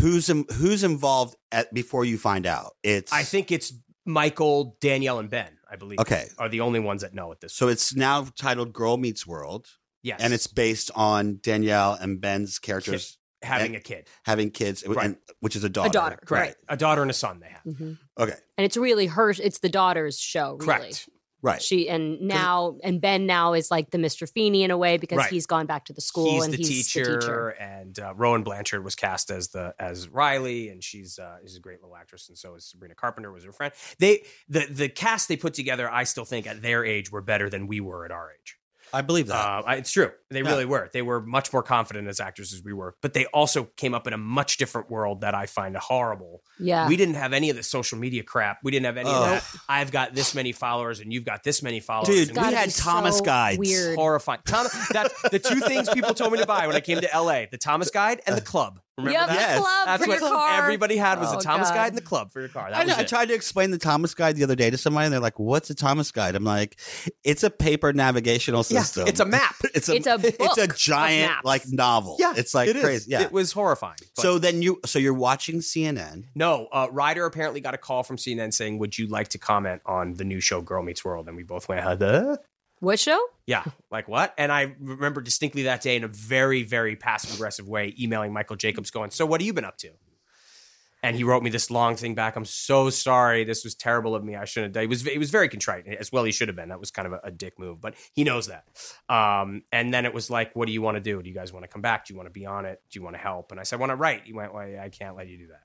Speaker 1: who's in, who's involved at before you find out? It's
Speaker 6: I think it's Michael, Danielle, and Ben. I believe
Speaker 1: okay.
Speaker 6: are the only ones that know at this.
Speaker 1: So it's now titled Girl Meets World,
Speaker 6: Yes,
Speaker 1: and it's based on Danielle and Ben's characters
Speaker 6: having a kid,
Speaker 1: having kids, and-
Speaker 6: Right.
Speaker 1: and, which is a daughter.
Speaker 2: daughter,
Speaker 6: correct? A daughter and a son they have,
Speaker 2: Mhm.
Speaker 1: Okay.
Speaker 2: And it's really her. It's the daughter's show, really.
Speaker 6: correct?
Speaker 1: Right.
Speaker 2: She and now and Ben now is like the Mr. Feeney in a way because
Speaker 6: Right.
Speaker 2: he's gone back to the school
Speaker 6: he's,
Speaker 2: and
Speaker 6: the,
Speaker 2: he's
Speaker 6: teacher,
Speaker 2: the teacher.
Speaker 6: and uh, Rowan Blanchard was cast as the as Riley, and she's uh, she's a great little actress, and so is Sabrina Carpenter was her friend. They the the cast they put together, I still think at their age were better than we were at our age.
Speaker 1: I believe that.
Speaker 6: Uh, I- it's true, they
Speaker 1: Yeah.
Speaker 6: really were. They were much more confident as actors as we were, but they also came up in a much different world that I find horrible.
Speaker 2: Yeah.
Speaker 6: We didn't have any of the social media crap. We didn't have any
Speaker 1: Oh.
Speaker 6: of that. I've got this many followers, and you've got this many followers.
Speaker 1: Dude,
Speaker 6: and
Speaker 1: we
Speaker 2: gotta
Speaker 1: had
Speaker 2: be
Speaker 1: Thomas
Speaker 2: Oh, so
Speaker 1: guides.
Speaker 2: Weird.
Speaker 6: horrifying. Tom, that's the two things people told me to buy when I came to LA: the Thomas Guide and the club. Remember
Speaker 2: Yep,
Speaker 6: that?
Speaker 1: Yes.
Speaker 2: the club
Speaker 6: That's
Speaker 2: for
Speaker 6: what
Speaker 2: your car.
Speaker 6: everybody had was
Speaker 2: Oh,
Speaker 6: the Thomas
Speaker 2: God.
Speaker 6: Guide and the club for your car. That
Speaker 1: I, know,
Speaker 6: was
Speaker 1: I
Speaker 6: it.
Speaker 1: tried to explain the Thomas Guide the other day to somebody, and they're like, "What's a Thomas Guide?" I'm like, "It's a paper navigational
Speaker 6: Yeah,
Speaker 1: system.
Speaker 6: it's a map.
Speaker 1: It's a
Speaker 2: It's a
Speaker 1: it's a
Speaker 2: book of
Speaker 1: giant
Speaker 2: maps.
Speaker 1: like novel.
Speaker 6: Yeah,
Speaker 1: it's like
Speaker 6: It is.
Speaker 1: crazy. Yeah.
Speaker 6: it was horrifying. but-
Speaker 1: so then you so you're watching CNN.
Speaker 6: no, uh, Ryder apparently got a call from CNN saying, "Would you like to comment on the new show Girl Meets World?" And we both went, "Huh?"
Speaker 2: What show?
Speaker 6: Yeah, like what? And I remember distinctly that day in a very, very passive aggressive way, emailing Michael Jacobs, going, So what have you been up to? And he wrote me this long thing back. I'm so sorry. This was terrible of me. I shouldn't have done. It was, it was very contrite, as well he should have been. That was kind of a, a dick move, but he knows that. Um, and then it was like, What do you want to do? Do you guys want to come back? Do you want to be on it? Do you want to help? And I said, I want to write. He went, Well, I can't let you do that.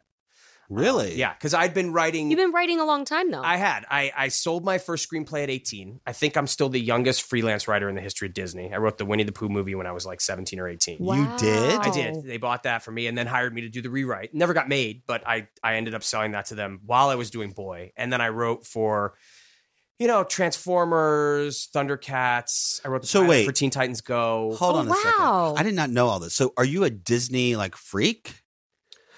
Speaker 1: Really?
Speaker 6: Yeah, because I'd been writing.
Speaker 2: You've been writing a long time though.
Speaker 6: I had. I, I sold my first screenplay at 18. I think I'm still the youngest freelance writer in the history of Disney. I wrote the Winnie the Pooh movie when I was like 17 or 18.
Speaker 1: You did?
Speaker 6: I did. They bought that for me and then hired me to do the rewrite. Never got made, but I, I ended up selling that to them while I was doing Boy. And then I wrote for, you know, Transformers, Thundercats. I wrote the
Speaker 1: So
Speaker 6: pilot
Speaker 1: wait.
Speaker 6: for Teen Titans Go.
Speaker 1: Hold
Speaker 2: Oh,
Speaker 1: on a
Speaker 2: wow.
Speaker 1: second. I did not know all this. So are you a Disney like freak?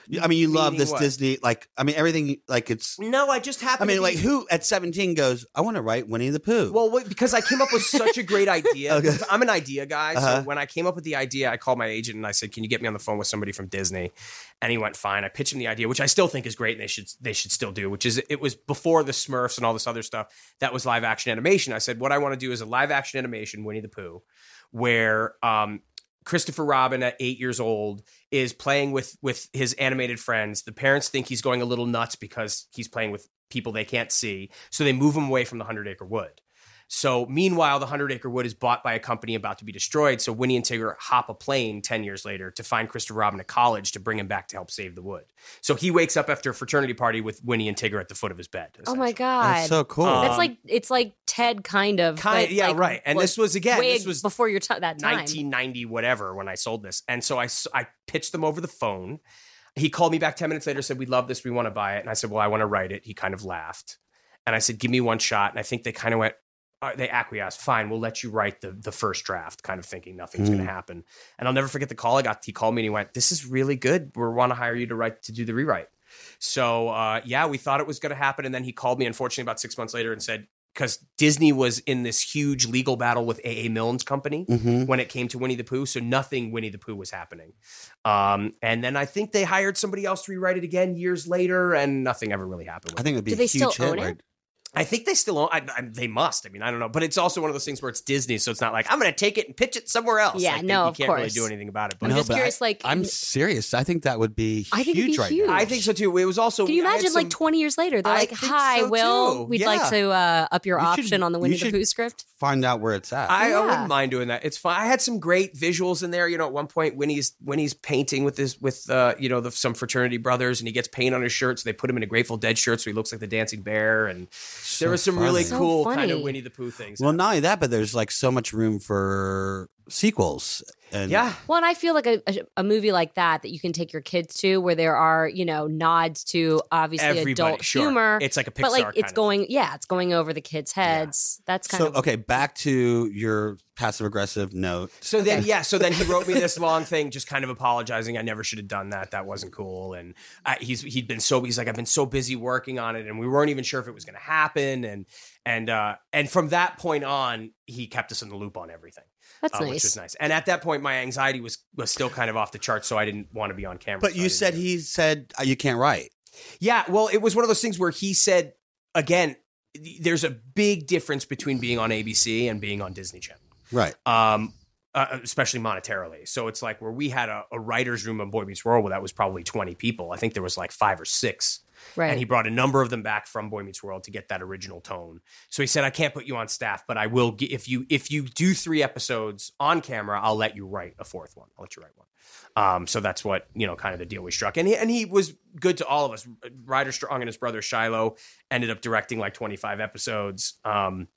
Speaker 1: You- I mean, you love
Speaker 6: Meaning
Speaker 1: this
Speaker 6: what?
Speaker 1: Disney. Like, I mean, everything. Like, it's.
Speaker 6: No, I just
Speaker 1: I
Speaker 6: happened
Speaker 1: mean,
Speaker 6: to
Speaker 1: like,
Speaker 6: be-
Speaker 1: who at seventeen goes? I want to write Winnie the Pooh.
Speaker 6: Well, wait, because I came up with such a great idea.
Speaker 1: Okay.
Speaker 6: Because I'm an idea guy.
Speaker 1: Uh-huh.
Speaker 6: So when I came up with the idea, I called my agent and I said, "Can you get me on the phone with somebody from Disney?" And he went, "Fine." I pitched him the idea, which I still think is great, and they should they should still do. Which is, it was before the Smurfs and all this other stuff that was live action animation. I said, "What I want to do is a live action animation Winnie the Pooh, where um, Christopher Robin at eight years old is playing with with his animated friends. The parents think he's going a little nuts because he's playing with people they can't see, so they move him away from the Hundred Acre Wood. So meanwhile, the Hundred Acre Wood is bought by a company about to be destroyed. So Winnie and Tigger hop a plane ten years later to find Christopher Robin at college to bring him back to help save the wood. So he wakes up after a fraternity party with Winnie and Tigger at the foot of his bed.
Speaker 2: oh my
Speaker 6: essentially.
Speaker 2: god.
Speaker 1: that's so cool.
Speaker 6: Uh,
Speaker 2: That's
Speaker 6: Um,
Speaker 2: like it's like Ted kind of.
Speaker 6: Kind,
Speaker 2: but,
Speaker 6: yeah,
Speaker 2: like,
Speaker 6: right. And
Speaker 2: what-
Speaker 6: this was again,
Speaker 2: way
Speaker 6: this was
Speaker 2: before your time that time.
Speaker 6: 1990 whatever when I sold this. And so I s- I pitched them over the phone. He called me back 10 minutes later said we love this, we want to buy it. And I said, "Well, I want to write it." He kind of laughed. And I said, "Give me one shot." And I think they kind of went, uh, they acquiesced. Fine, we'll let you write the the first draft, kind of thinking nothing's going to happen. And I'll never forget the call I got. He called me and he went, "This is really good. We want to hire you to write to do the rewrite." So uh, yeah, we thought it was going to happen, and then he called me, unfortunately, about six months later, and said because Disney was in this huge legal battle with A.A. Milne's company
Speaker 1: Mm-hmm.
Speaker 6: when it came to Winnie the Pooh, so nothing Winnie the Pooh was happening. Um, and then I think they hired somebody else to rewrite it again years later, and nothing ever really happened. With
Speaker 1: I think
Speaker 6: it.
Speaker 1: it'd be
Speaker 2: Do
Speaker 1: a
Speaker 2: they
Speaker 1: huge
Speaker 2: still
Speaker 1: hit.
Speaker 2: own it?
Speaker 1: right?
Speaker 6: I think they still own. I, I, they must. I mean, I don't know, but it's also one of those things where it's Disney, so it's not like I'm going to take it and pitch it somewhere else.
Speaker 2: Yeah,
Speaker 6: Like,
Speaker 2: no,
Speaker 6: you
Speaker 2: of
Speaker 6: can't really
Speaker 2: course.
Speaker 6: do anything about it.
Speaker 2: I'm
Speaker 6: But
Speaker 1: No,
Speaker 2: just
Speaker 1: but
Speaker 2: curious. like,
Speaker 1: I'm serious. I think that would be
Speaker 2: I think it'd
Speaker 1: huge
Speaker 2: be
Speaker 1: right
Speaker 2: huge.
Speaker 1: now.
Speaker 6: I think so too. It was also.
Speaker 2: can you
Speaker 6: I had
Speaker 2: imagine
Speaker 6: some-
Speaker 2: like 20 years later, they're
Speaker 6: I
Speaker 2: like,
Speaker 6: think so,
Speaker 2: hi, Will,
Speaker 6: too.
Speaker 2: we'd
Speaker 6: Yeah.
Speaker 2: like to uh, up your
Speaker 1: You should-
Speaker 2: option on the
Speaker 1: you
Speaker 2: Winnie the
Speaker 1: should-
Speaker 2: Pooh script?
Speaker 1: Find out where it's at.
Speaker 6: I, I wouldn't
Speaker 2: Yeah.
Speaker 6: mind doing that. It's fine. I had some great visuals in there. You know, at one point when he's when he's painting with his with uh, you know the, some fraternity brothers, and he gets paint on his shirt, so they put him in a Grateful Dead shirt, so he looks like the dancing bear. And there was some really
Speaker 2: funny. So
Speaker 6: cool kind of
Speaker 2: funny.
Speaker 6: Winnie the Pooh things.
Speaker 1: Well, not only that, but there's like so much room for sequels. And
Speaker 6: yeah,
Speaker 2: Well, and I feel like a, a, a movie like that that you can take your kids to, where there are you know nods to obviously
Speaker 6: everybody.
Speaker 2: adult
Speaker 6: sure.
Speaker 2: humor,
Speaker 6: It's like a Pixar.
Speaker 2: but like
Speaker 6: kind
Speaker 2: it's
Speaker 6: of-
Speaker 2: going, yeah, it's going over the kids' heads. That's kind
Speaker 1: So uh,
Speaker 2: of
Speaker 1: okay, back to your passive aggressive note.
Speaker 6: So then, yeah. So then he wrote me this long thing, just kind of apologizing. I never should have done that. That wasn't cool. And I, he's he'd been so he's like I've been so busy working on it, and we weren't even sure if it was going to happen. And and uh, and from that point on, he kept us in the loop on everything,
Speaker 2: that's
Speaker 6: uh, which was
Speaker 2: nice.
Speaker 6: nice. And at that point, my anxiety was was still kind of off the charts, so I didn't want to be on camera.
Speaker 1: But
Speaker 6: so I
Speaker 1: you
Speaker 6: didn't
Speaker 1: said
Speaker 6: do it.
Speaker 1: he said uh, you can't write.
Speaker 6: Yeah, well, it was one of those things where he said again, there's a big difference between being on ABC and being on Disney Channel
Speaker 1: Right.
Speaker 6: um, uh, especially monetarily. So it's like where we had a, a writer's room on Boy Meets World where that was probably 20 people. I think there was like five or six.
Speaker 2: Right.
Speaker 6: And he brought a number of them back from Boy Meets World to get that original tone. So he said, I can't put you on staff, but I will, g- if you, if you do three episodes on camera, I'll let you write a fourth one. I'll let you write one. Um, so that's what, you know, kind of the deal we struck. And he, and he was good to all of us. Ryder Strong and his brother Shiloh ended up directing like 25 episodes. Um,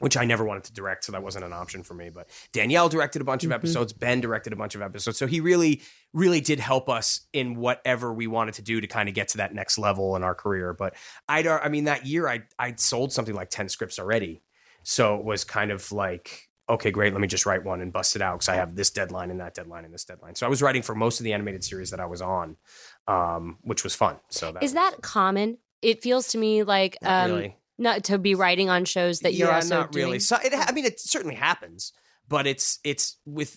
Speaker 6: which I never wanted to direct, so that wasn't an option for me. But Danielle directed a bunch of episodes, Ben directed a bunch of episodes. So he really, really did help us in whatever we wanted to do to kind of get to that next level in our career. But I'd, al- I mean, that year I, I'd sold something like 10 scripts already. So it was kind of like, okay, great, let me just write one and bust it out because I have this deadline and that deadline and this deadline. So I was writing for most of the animated series that I was on, um, which was fun. So that
Speaker 2: Is that common? It feels to me like
Speaker 6: not
Speaker 2: um, not to be writing on shows that you're
Speaker 6: yeah,
Speaker 2: also
Speaker 6: not really.
Speaker 2: doing.
Speaker 6: So it, I mean, it certainly happens, but it's it's with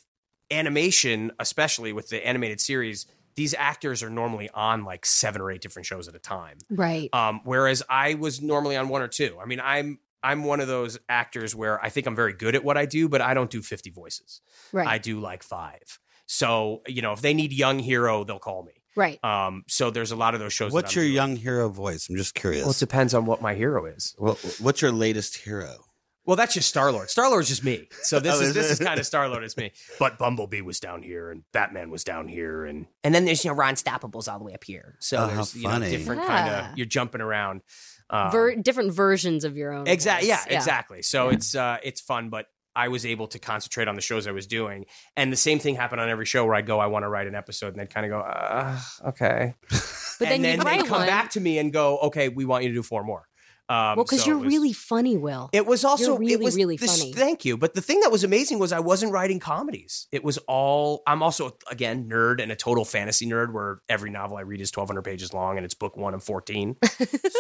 Speaker 6: animation, especially with the animated series. These actors are normally on like seven or eight different shows at a time,
Speaker 2: right.
Speaker 6: um, whereas I was normally on one or two. I mean, I'm I'm one of those actors where I think I'm very good at what I do, but I don't do fifty voices.
Speaker 2: Right.
Speaker 6: I do like five. So you know, if they need young hero, they'll call me.
Speaker 2: right.
Speaker 6: Um, so there's a lot of those shows. that
Speaker 1: What's
Speaker 6: I'm
Speaker 1: your
Speaker 6: doing.
Speaker 1: young hero voice? I'm just curious.
Speaker 6: Well, it depends on what my hero is.
Speaker 1: Well, what's your latest hero?
Speaker 6: Well, that's just Star Lord. Star Lord's just me. So this
Speaker 1: Oh,
Speaker 6: is,
Speaker 1: is
Speaker 6: this
Speaker 1: it?
Speaker 6: is kind of Star Lord. It's me. But Bumblebee was down here, and Batman was down here, and and then there's you know Ron Stoppables all the way up here. So
Speaker 1: Oh, how
Speaker 6: there's you know,
Speaker 1: funny.
Speaker 6: different kind
Speaker 2: Yeah.
Speaker 6: of you're jumping around. Um,
Speaker 2: Ver- different versions of your own.
Speaker 6: exactly. Yeah,
Speaker 2: voice.
Speaker 6: exactly. So it's uh, it's fun, but I was able to concentrate on the shows I was doing, and the same thing happened on every show where I go, I want to write an episode, and they'd kind of go, uh, okay,
Speaker 2: But then,
Speaker 6: and then
Speaker 2: you
Speaker 6: they
Speaker 2: write
Speaker 6: come
Speaker 2: one.
Speaker 6: back to me and go, okay, we want you to do four more. Um,
Speaker 2: well, because
Speaker 6: so
Speaker 2: you're
Speaker 6: it was-
Speaker 2: really funny, Will.
Speaker 6: it was also it
Speaker 2: really,
Speaker 6: was
Speaker 2: really
Speaker 6: this-
Speaker 2: funny.
Speaker 6: Thank you. But the thing that was amazing was I wasn't writing comedies. It was all I'm also again nerd and a total fantasy nerd where every novel I read is 1200 pages long and it's book 1 of 14.
Speaker 2: Oh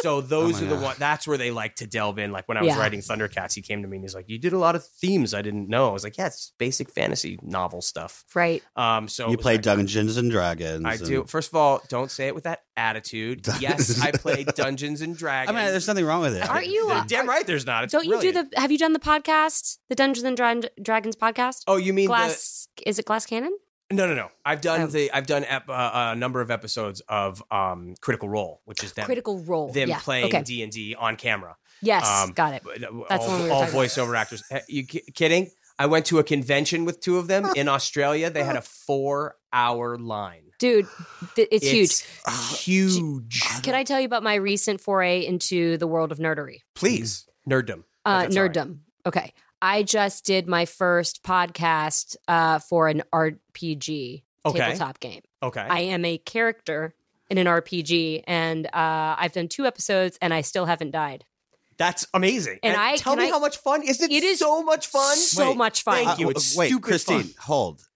Speaker 6: so those
Speaker 1: my
Speaker 6: are the
Speaker 1: God.
Speaker 6: one that's where they like to delve in like when I was
Speaker 2: Yeah.
Speaker 6: writing Thundercats he came to me and he's like you did a lot of themes I didn't know. I was like yeah, it's basic fantasy novel stuff.
Speaker 2: right.
Speaker 6: Um so it
Speaker 1: you
Speaker 6: was
Speaker 1: play
Speaker 6: like-
Speaker 1: Dungeons and Dragons.
Speaker 6: I
Speaker 1: and-
Speaker 6: do. First of all, don't say it with that attitude. yes, I play Dungeons and
Speaker 1: I
Speaker 6: Dragons.
Speaker 1: mean, there's nothing wrong with it.
Speaker 2: Aren't you? Uh,
Speaker 6: Damn right there's not. It's
Speaker 2: don't you do
Speaker 6: brilliant.
Speaker 2: the? Have you done the podcast, the Dungeons and Dra- Dragons podcast?
Speaker 6: Oh, you mean the,
Speaker 2: Glass is it Glass Cannon?
Speaker 6: No, no, no. I've done
Speaker 2: Oh.
Speaker 6: the I've done ep- uh, a number of episodes of um, Critical Role, which is them
Speaker 2: Critical Role.
Speaker 6: them
Speaker 2: yeah.
Speaker 6: playing
Speaker 2: Okay.
Speaker 6: D and D on camera.
Speaker 2: Yes,
Speaker 6: um,
Speaker 2: got it.
Speaker 6: But, uh,
Speaker 2: That's the
Speaker 6: all
Speaker 2: one we were
Speaker 6: all
Speaker 2: talking about.
Speaker 6: voiceover actors. Eh, You ki- kidding? I went to a convention with two of them in Australia. They had a four hour line.
Speaker 2: Dude, th- it's, huge.
Speaker 6: huge. Huge.
Speaker 2: Can I tell you about my recent foray into the world of nerdery?
Speaker 6: Please,
Speaker 2: Uh,
Speaker 6: nerddom. Oh, That's all right.
Speaker 2: nerddom. Okay. I just did my first podcast uh, for an RPG
Speaker 6: Okay.
Speaker 2: tabletop game.
Speaker 6: Okay.
Speaker 2: I am a character in an RPG, and uh, I've done two episodes, and I still haven't died.
Speaker 6: That's amazing.
Speaker 2: And I-
Speaker 6: tell
Speaker 2: can
Speaker 6: me
Speaker 2: I-
Speaker 6: how much fun is it?
Speaker 2: It is
Speaker 6: so much fun.
Speaker 2: so
Speaker 1: Wait,
Speaker 2: much fun.
Speaker 6: thank you.
Speaker 1: Uh,
Speaker 6: It's
Speaker 1: wait,
Speaker 6: stupid
Speaker 1: Christine,
Speaker 6: fun.
Speaker 1: hold.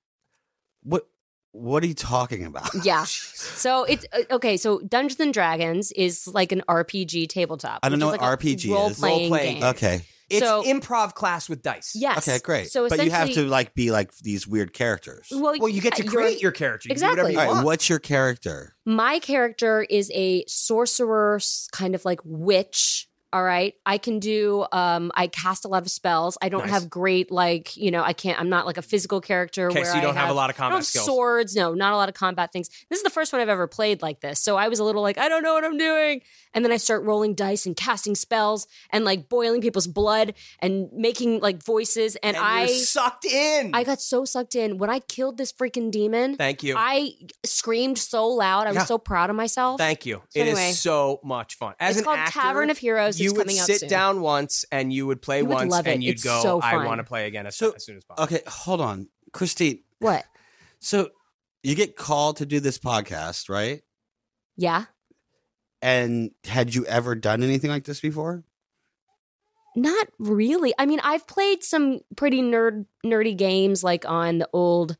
Speaker 1: What what are you talking about?
Speaker 6: Oh, Ah,
Speaker 2: Yeah. So it's uh, okay. So Dungeons and Dragons is like an RPG tabletop.
Speaker 1: I don't
Speaker 2: which
Speaker 1: know
Speaker 2: is
Speaker 1: what
Speaker 2: like a
Speaker 1: RPG is.
Speaker 2: Role-playing
Speaker 6: Role-playing.
Speaker 2: game.
Speaker 6: Uh,
Speaker 1: Okay.
Speaker 6: It's
Speaker 2: So-
Speaker 6: improv class with dice.
Speaker 2: yes.
Speaker 1: Okay, great.
Speaker 2: So
Speaker 1: but you have to
Speaker 2: essentially-
Speaker 1: like be like these weird characters.
Speaker 2: Well,
Speaker 6: Well, you get to
Speaker 2: you're-
Speaker 6: create your character. You can do whatever
Speaker 2: Exactly.
Speaker 6: you
Speaker 1: All right,
Speaker 6: want.
Speaker 1: what's your character?
Speaker 2: My character is a sorcerer, s- kind of like witch. All right. I can do, um, I cast a lot of spells. I don't
Speaker 6: Nice.
Speaker 2: have great, like, you know, I can't, I'm not like a physical character.
Speaker 6: Okay,
Speaker 2: where
Speaker 6: so you
Speaker 2: I
Speaker 6: don't have, a lot of
Speaker 2: I don't
Speaker 6: combat
Speaker 2: have
Speaker 6: skills.
Speaker 2: swords. No, not a lot of combat things. This is the first one I've ever played like this. So I was a little like, I don't know what I'm doing. And then I start rolling dice and casting spells and like boiling people's blood and making like voices. And,
Speaker 6: and
Speaker 2: I,
Speaker 6: you're sucked in.
Speaker 2: I got so sucked in when I killed this freaking demon.
Speaker 6: Thank you.
Speaker 2: I screamed so loud. I
Speaker 6: Yeah.
Speaker 2: was so proud of myself.
Speaker 6: Thank you.
Speaker 2: So
Speaker 6: it is
Speaker 2: anyway.
Speaker 6: so much fun. As
Speaker 2: it's
Speaker 6: an
Speaker 2: called
Speaker 6: actor,
Speaker 2: Tavern of Heroes.
Speaker 6: you
Speaker 2: it's
Speaker 6: would
Speaker 2: coming out
Speaker 6: sit
Speaker 2: soon.
Speaker 6: down once and you would play
Speaker 2: You would
Speaker 6: once
Speaker 2: love
Speaker 6: and
Speaker 2: it.
Speaker 6: you'd
Speaker 2: It's
Speaker 6: go,
Speaker 2: so
Speaker 6: I
Speaker 2: fun.
Speaker 6: want to play again as,
Speaker 1: So-
Speaker 6: as soon as possible.
Speaker 1: Okay, hold on. Christine,
Speaker 2: What?
Speaker 1: so you get called to do this podcast, right?
Speaker 2: Yeah.
Speaker 1: And had you ever done anything like this before?
Speaker 2: Not really. I mean, I've played some pretty nerd nerdy games like on the old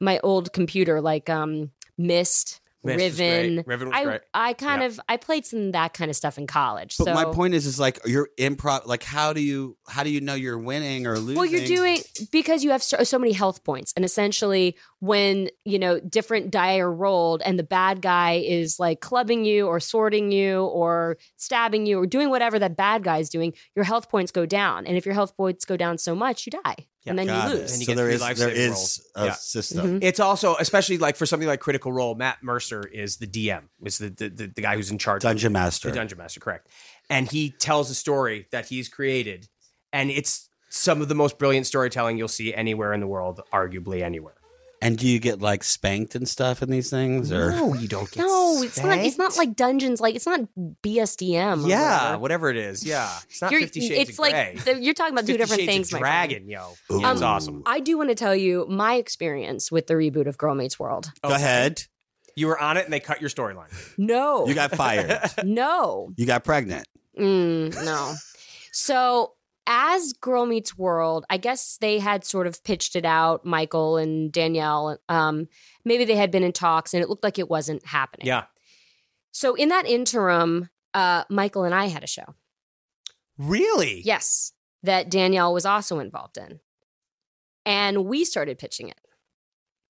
Speaker 2: my old computer, like um Mist,
Speaker 6: Mist was great.
Speaker 2: Riven.
Speaker 6: Riven was
Speaker 2: I
Speaker 6: great.
Speaker 2: I kind
Speaker 6: Yeah.
Speaker 2: of I played some of that kind of stuff in college.
Speaker 1: But
Speaker 2: so
Speaker 1: my point is, is like you're improv. Like, how do you how do you know you're winning or losing?
Speaker 2: Well, you're doing because you have so, so many health points, and essentially, when you know different die are rolled, and the bad guy is like clubbing you, or sorting you, or stabbing you, or doing whatever that bad guy is doing, your health points go down, and if your health points go down so much, you die,
Speaker 6: Yeah,
Speaker 2: and then
Speaker 1: Got
Speaker 2: you
Speaker 1: it.
Speaker 2: lose.
Speaker 6: And you
Speaker 1: so
Speaker 6: get
Speaker 1: there
Speaker 6: three
Speaker 1: is
Speaker 6: life
Speaker 1: there
Speaker 6: saving
Speaker 1: is
Speaker 6: rolls.
Speaker 1: a
Speaker 6: Yeah.
Speaker 1: system.
Speaker 2: Mhm.
Speaker 6: It's also, especially like for something like Critical Role, Matt Mercer is the DM, was the, the, the, the guy who's in charge of
Speaker 1: Dungeon Master.
Speaker 6: The Dungeon Master, correct. And he tells a story that he's created, and it's some of the most brilliant storytelling you'll see anywhere in the world, arguably anywhere.
Speaker 1: And do you get like spanked and stuff in these things? Or
Speaker 6: No, you don't get
Speaker 2: No, it's not. It's not
Speaker 6: spanked.
Speaker 2: like dungeons. Like it's not BSDM. or
Speaker 6: Yeah,
Speaker 2: whatever.
Speaker 6: whatever it is. Yeah. It's not
Speaker 2: You're-
Speaker 6: Fifty Shades
Speaker 2: it's
Speaker 6: of Grey.
Speaker 2: like the- you're talking about two
Speaker 6: Fifty
Speaker 2: different
Speaker 6: Shades
Speaker 2: things.
Speaker 6: Of
Speaker 2: my friend.
Speaker 6: Dragon, yo.
Speaker 1: Ooh.
Speaker 6: That's awesome.
Speaker 2: I do want to tell you my experience with the reboot of Girl Meets World.
Speaker 1: go ahead.
Speaker 6: You were on it and they cut your storyline.
Speaker 2: No,
Speaker 1: You got fired.
Speaker 2: no.
Speaker 1: you got pregnant.
Speaker 2: Mm, no. so as Girl Meets World, I guess they had sort of pitched it out, Michael and Danielle. Um, maybe they had been in talks and it looked like it wasn't happening.
Speaker 6: Yeah.
Speaker 2: So in that interim, uh, Michael and I had a show.
Speaker 6: Really?
Speaker 2: Yes. That Danielle was also involved in. And we started pitching it.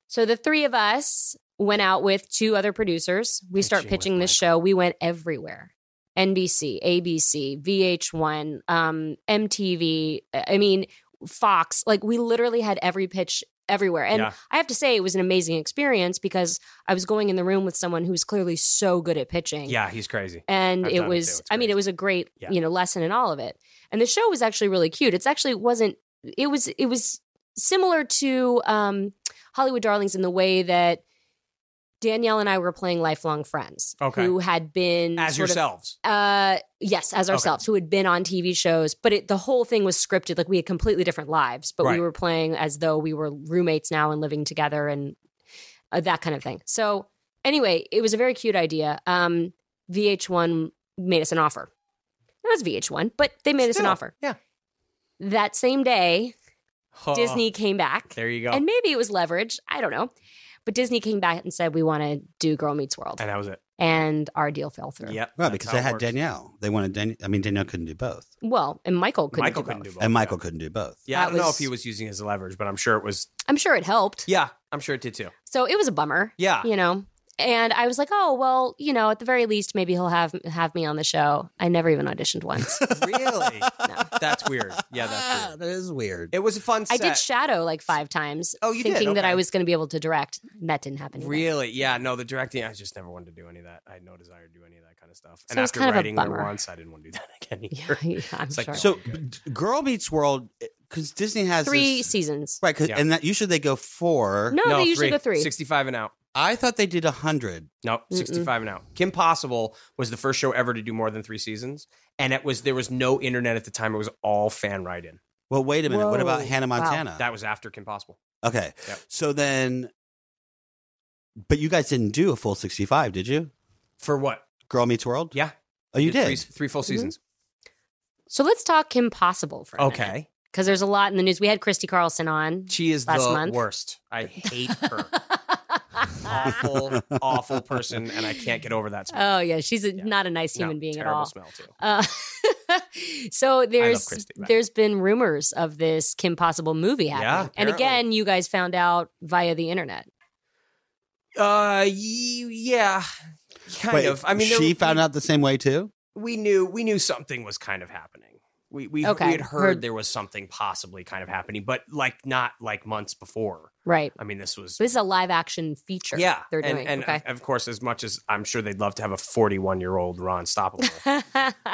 Speaker 2: So the three of us went out with two other producers. We start
Speaker 6: Pitching with
Speaker 2: pitching this show. We went everywhere NBC, ABC, VH1, um, MTV. I mean, Fox. Like we literally had every pitch everywhere. And
Speaker 6: Yeah.
Speaker 2: I have to say, it was an amazing experience because I was going in the room with someone who was clearly so good at pitching
Speaker 6: Yeah, he's crazy.
Speaker 2: and
Speaker 6: I've
Speaker 2: it
Speaker 6: done it too.
Speaker 2: was
Speaker 6: It's
Speaker 2: i mean
Speaker 6: great.
Speaker 2: it was a great
Speaker 6: Yeah.
Speaker 2: you know lesson in all of it and the show was actually really cute it's actually wasn't it was it was similar to um hollywood darlings in the way that danielle and i were playing lifelong friends
Speaker 6: Okay.
Speaker 2: who had been
Speaker 6: As
Speaker 2: sort of-
Speaker 6: yourselves.
Speaker 2: uh yes as ourselves who had been on tv shows but it, the whole thing was scripted like we had completely different lives but
Speaker 6: Right.
Speaker 2: we were playing as though we were roommates now and living together and uh, that kind of thing so anyway it was a very cute idea um vh1 made us an offer it was vh1 but they made us an
Speaker 6: Still,
Speaker 2: offer
Speaker 6: Yeah.
Speaker 2: that same day
Speaker 6: Oh,
Speaker 2: disney came back
Speaker 6: There you go.
Speaker 2: and
Speaker 6: And,
Speaker 2: maybe it was leverage i don't know but disney came back and said we want to do girl meets world
Speaker 6: that was it.
Speaker 2: and our deal fell through
Speaker 6: Yep.
Speaker 1: Well,
Speaker 6: that's
Speaker 1: because
Speaker 6: how
Speaker 1: they
Speaker 6: it
Speaker 1: had
Speaker 6: works.
Speaker 1: Danielle. They wanted Danielle. I mean, Danielle couldn't do both,
Speaker 2: well and michael couldn't
Speaker 6: Michael
Speaker 2: do
Speaker 6: couldn't
Speaker 2: both.
Speaker 6: do both.
Speaker 1: and
Speaker 6: yeah.
Speaker 1: Michael couldn't do both.
Speaker 6: Yeah, I
Speaker 2: That
Speaker 6: don't know if
Speaker 2: was-
Speaker 6: he was using his leverage, but I'm sure it was.
Speaker 2: I'm sure it helped.
Speaker 6: Yeah, I'm sure it did too.
Speaker 2: So it was a bummer.
Speaker 6: Yeah.
Speaker 2: You know. And I was like, oh well, you know, at the very least, maybe he'll have have me on the show. I never even auditioned once.
Speaker 6: Really?
Speaker 2: No.
Speaker 6: That's weird. Yeah,
Speaker 2: Ah,
Speaker 6: that's weird.
Speaker 1: that is weird.
Speaker 6: It was a fun
Speaker 2: I
Speaker 6: set.
Speaker 2: did shadow like five times,
Speaker 6: Oh, you did?
Speaker 2: thinking that
Speaker 6: Okay.
Speaker 2: I was going to be able to direct. And that didn't happen. either.
Speaker 6: Really? Yeah, no, the directing, I just never wanted to do any of that. I had no desire to do any of that kind of stuff. and
Speaker 2: it was
Speaker 6: after
Speaker 2: kind of a
Speaker 6: writing there
Speaker 2: bummer.
Speaker 6: once, I didn't want to do that again
Speaker 2: Yeah,
Speaker 6: either.
Speaker 2: yeah, I'm
Speaker 6: It's like,
Speaker 2: sure.
Speaker 6: so-
Speaker 1: So, b- Girl Meets World, because Disney has
Speaker 2: Three
Speaker 1: this-
Speaker 2: seasons.
Speaker 1: right? 'cause-
Speaker 6: Yeah.
Speaker 1: And that usually they go four.
Speaker 2: No, they usually go three.
Speaker 6: 65 and out.
Speaker 1: I thought they did a hundred.
Speaker 6: No, 65 and out. Kim Possible was the first show ever to do more than three seasons. And it was there was no internet at the time. It was all fan write in.
Speaker 1: Well, wait a minute. What about
Speaker 2: Whoa.
Speaker 1: Hannah
Speaker 2: Wow.
Speaker 1: Montana?
Speaker 6: That was after Kim Possible.
Speaker 1: okay.
Speaker 6: Yep.
Speaker 1: So then, but you guys didn't do a full sixty-five, did you?
Speaker 6: For what?
Speaker 1: Girl Meets World.
Speaker 6: Yeah.
Speaker 1: Oh, you
Speaker 6: Did
Speaker 1: did.
Speaker 2: Mm-hmm.
Speaker 6: Three, three full seasons.
Speaker 2: So let's talk Kim Possible for a
Speaker 6: Okay.
Speaker 2: Because there's a lot in the news. We had Christy Carlson on.
Speaker 6: She is
Speaker 2: Last
Speaker 6: the
Speaker 2: month.
Speaker 6: worst. I hate her. awful, awful person, and I can't get over that smell.
Speaker 2: oh yeah, she's a,
Speaker 6: Yeah.
Speaker 2: not a nice
Speaker 6: No,
Speaker 2: human being at
Speaker 6: terrible
Speaker 2: all.
Speaker 6: smell too.
Speaker 2: Uh, so there's
Speaker 6: Christy, by the way.
Speaker 2: there's been rumors of this Kim Possible movie happening, and
Speaker 6: apparently.
Speaker 2: again, you guys found out via the internet.
Speaker 6: Uh, y- yeah, kind
Speaker 1: Wait,
Speaker 6: of. I mean,
Speaker 1: she
Speaker 6: there-
Speaker 1: found out the same way too.
Speaker 6: we knew we knew something was kind of happening. We we,
Speaker 2: Okay,
Speaker 6: we had heard,
Speaker 2: heard-
Speaker 6: there was something possibly kind of happening, but like not like months before.
Speaker 2: Right.
Speaker 6: I mean, this was
Speaker 2: So this is a live action feature.
Speaker 6: yeah,
Speaker 2: they're
Speaker 6: and,
Speaker 2: doing.
Speaker 6: and
Speaker 2: okay.
Speaker 6: of, of course, as much as I'm sure they'd love to have a 41 year old Ron Stoppable.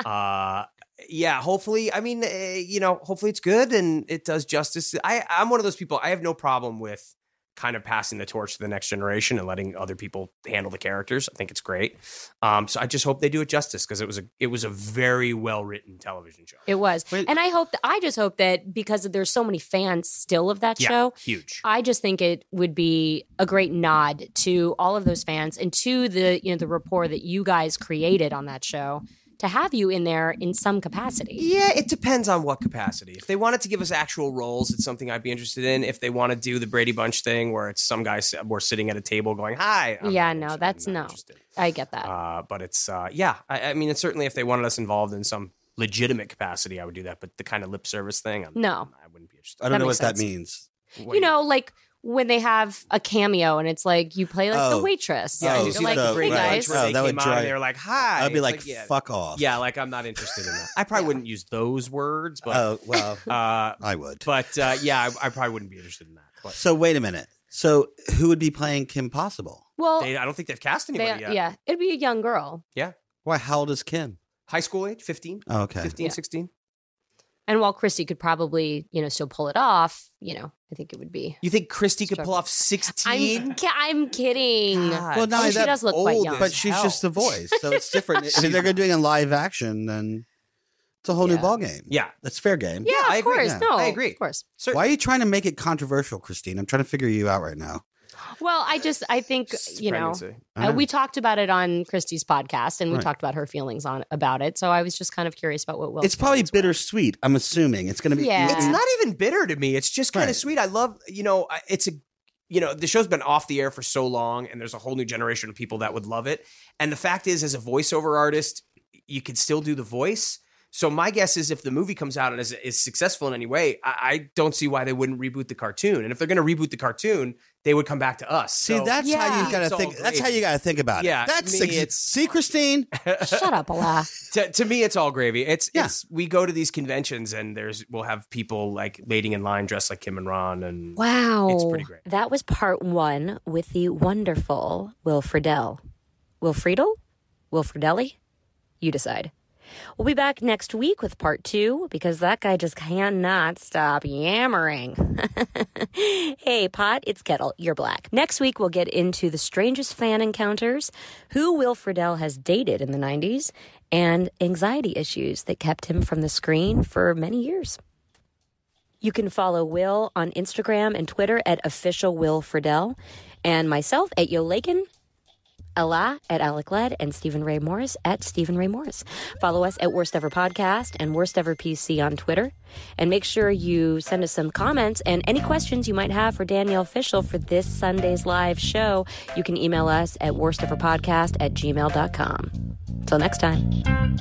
Speaker 6: uh, yeah, hopefully. I mean, uh, you know, hopefully it's good and it does justice. I I'm one of those people. I have no problem with kind of passing the torch to the next generation and letting other people handle the characters. I think it's great. Um, so I just hope they do it justice because it was a it was a very well written television show.
Speaker 2: it was,
Speaker 1: Wait.
Speaker 2: and I hope that I just hope that because there's so many fans still of that
Speaker 6: Yeah,
Speaker 2: show,
Speaker 6: huge.
Speaker 2: I just think it would be a great nod to all of those fans and to the you know the rapport that you guys created on that show to have you in there in some capacity.
Speaker 6: Yeah, it depends on what capacity. If they wanted to give us actual roles, it's something I'd be interested in. If they want to do the Brady Bunch thing, where it's some guy s- we're sitting at a table going, "Hi."
Speaker 2: Yeah,
Speaker 6: not
Speaker 2: no,
Speaker 6: interested.
Speaker 2: that's
Speaker 6: not
Speaker 2: no.
Speaker 6: interested.
Speaker 2: I get that.
Speaker 6: Uh, but it's uh, yeah. I, I mean, it's certainly if they wanted us involved in some legitimate capacity, I would do that. But the kind of lip service thing, I'm,
Speaker 2: No.
Speaker 6: I wouldn't
Speaker 1: I
Speaker 6: be interested.
Speaker 1: don't
Speaker 2: That
Speaker 1: know what
Speaker 2: makes
Speaker 1: that
Speaker 2: sense.
Speaker 1: means.
Speaker 6: What
Speaker 2: you
Speaker 6: do
Speaker 2: know, like when they have a cameo and it's like you play like
Speaker 1: Oh.
Speaker 2: the waitress.
Speaker 6: yeah,
Speaker 1: Oh,
Speaker 6: I just
Speaker 2: You're like,
Speaker 6: like
Speaker 1: so,
Speaker 6: the
Speaker 2: hey
Speaker 6: Brady Bunch
Speaker 2: guys.
Speaker 1: right.
Speaker 6: where
Speaker 1: Oh,
Speaker 6: they
Speaker 1: that
Speaker 6: came
Speaker 1: would
Speaker 6: on and
Speaker 1: drive-
Speaker 6: they were like, "Hi."
Speaker 1: I'd be
Speaker 6: It's
Speaker 1: like,
Speaker 6: yeah,
Speaker 1: fuck off.
Speaker 6: yeah, like I'm not interested in that. I probably wouldn't use those words, but
Speaker 1: Oh well,
Speaker 6: uh,
Speaker 1: I would.
Speaker 6: but uh, yeah, I, I probably wouldn't be interested in that. But
Speaker 1: So wait a minute. So who would be playing Kim Possible?
Speaker 2: Well,
Speaker 6: they, I don't think they've cast
Speaker 2: they-
Speaker 6: anybody yet.
Speaker 2: yeah, it'd be a young girl.
Speaker 1: Why? How old is Kim?
Speaker 6: High school age, 15,
Speaker 1: Oh, okay.
Speaker 6: 15,
Speaker 2: Yeah.
Speaker 6: 16.
Speaker 2: And while Christy could probably, you know, still pull it off, you know, I think it would be.
Speaker 6: You think Christy could
Speaker 2: Struggle.
Speaker 6: pull off 16?
Speaker 2: I'm, ki- I'm kidding.
Speaker 6: God.
Speaker 1: Well, not
Speaker 2: Oh,
Speaker 1: only
Speaker 2: she
Speaker 1: that,
Speaker 2: does look quite
Speaker 6: old
Speaker 2: young.
Speaker 1: but
Speaker 6: as
Speaker 1: she's
Speaker 6: hell.
Speaker 1: just the voice, so it's different. if they're going to doing a live action, then it's a whole new
Speaker 2: Yeah.
Speaker 1: ball game.
Speaker 6: Yeah.
Speaker 1: that's fair game.
Speaker 2: yeah,
Speaker 6: Yeah,
Speaker 2: of
Speaker 6: I agree.
Speaker 2: course.
Speaker 1: Yeah.
Speaker 2: No,
Speaker 6: I agree.
Speaker 2: Of course.
Speaker 6: Certain-
Speaker 1: Why are you trying to make it controversial, Christine? I'm trying to figure you out right now.
Speaker 2: Well, I just, I think, you know,
Speaker 6: Pregnancy.
Speaker 1: I
Speaker 2: uh,
Speaker 1: know.
Speaker 2: we talked about it on Christy's podcast and we
Speaker 1: Right.
Speaker 2: talked about her feelings on about it. So I was just kind of curious about what Will.
Speaker 1: it's probably bittersweet. I'm assuming it's going to be.
Speaker 2: Yeah.
Speaker 6: It's not even bitter to me. It's just kind
Speaker 1: Right.
Speaker 6: of sweet. I love, you know, I- it's a, you know, the show's been off the air for so long, and there's a whole new generation of people that would love it. And the fact is, as a voiceover artist, you could still do the voice. So my guess is, if the movie comes out and is, is successful in any way, I, I don't see why they wouldn't reboot the cartoon. And if they're going to reboot the cartoon, they would come back to us.
Speaker 1: See,
Speaker 6: So-
Speaker 1: that's how
Speaker 2: Yeah.
Speaker 1: you got
Speaker 6: It's
Speaker 1: to
Speaker 6: all
Speaker 1: think. That's
Speaker 6: gravy.
Speaker 1: how you got to think about
Speaker 6: Yeah,
Speaker 1: it. That's
Speaker 6: me, it's-
Speaker 1: see, Christine.
Speaker 2: Shut up, Allah.
Speaker 6: to, to me, it's all gravy. It's,
Speaker 1: Yeah.
Speaker 6: it's we go to these conventions and there's we'll have people like waiting in line dressed like Kim and Ron and
Speaker 7: Wow.
Speaker 6: It's pretty great.
Speaker 7: That was part one with the wonderful Wilfredell. Wilfriedel? Wilfredelli? You decide. We'll be back next week with part two because that guy just cannot stop yammering. hey, Pot, it's Kettle. You're black. Next week, we'll get into the strangest fan encounters, who Wilfredell has dated in the 90s, and anxiety issues that kept him from the screen for many years. You can follow Will on Instagram and Twitter at official Will Friedle, and myself at Yo Lakin, Ella at Alec Led, and Stephen Ray Morris at Stephen Ray Morris. Follow us at Worst Ever Podcast and Worst Ever PC on Twitter, and make sure you send us some comments and any questions you might have for Danielle Fishel for this Sunday's live show. You can email us at worsteverpodcast at gmail.com. Till next time.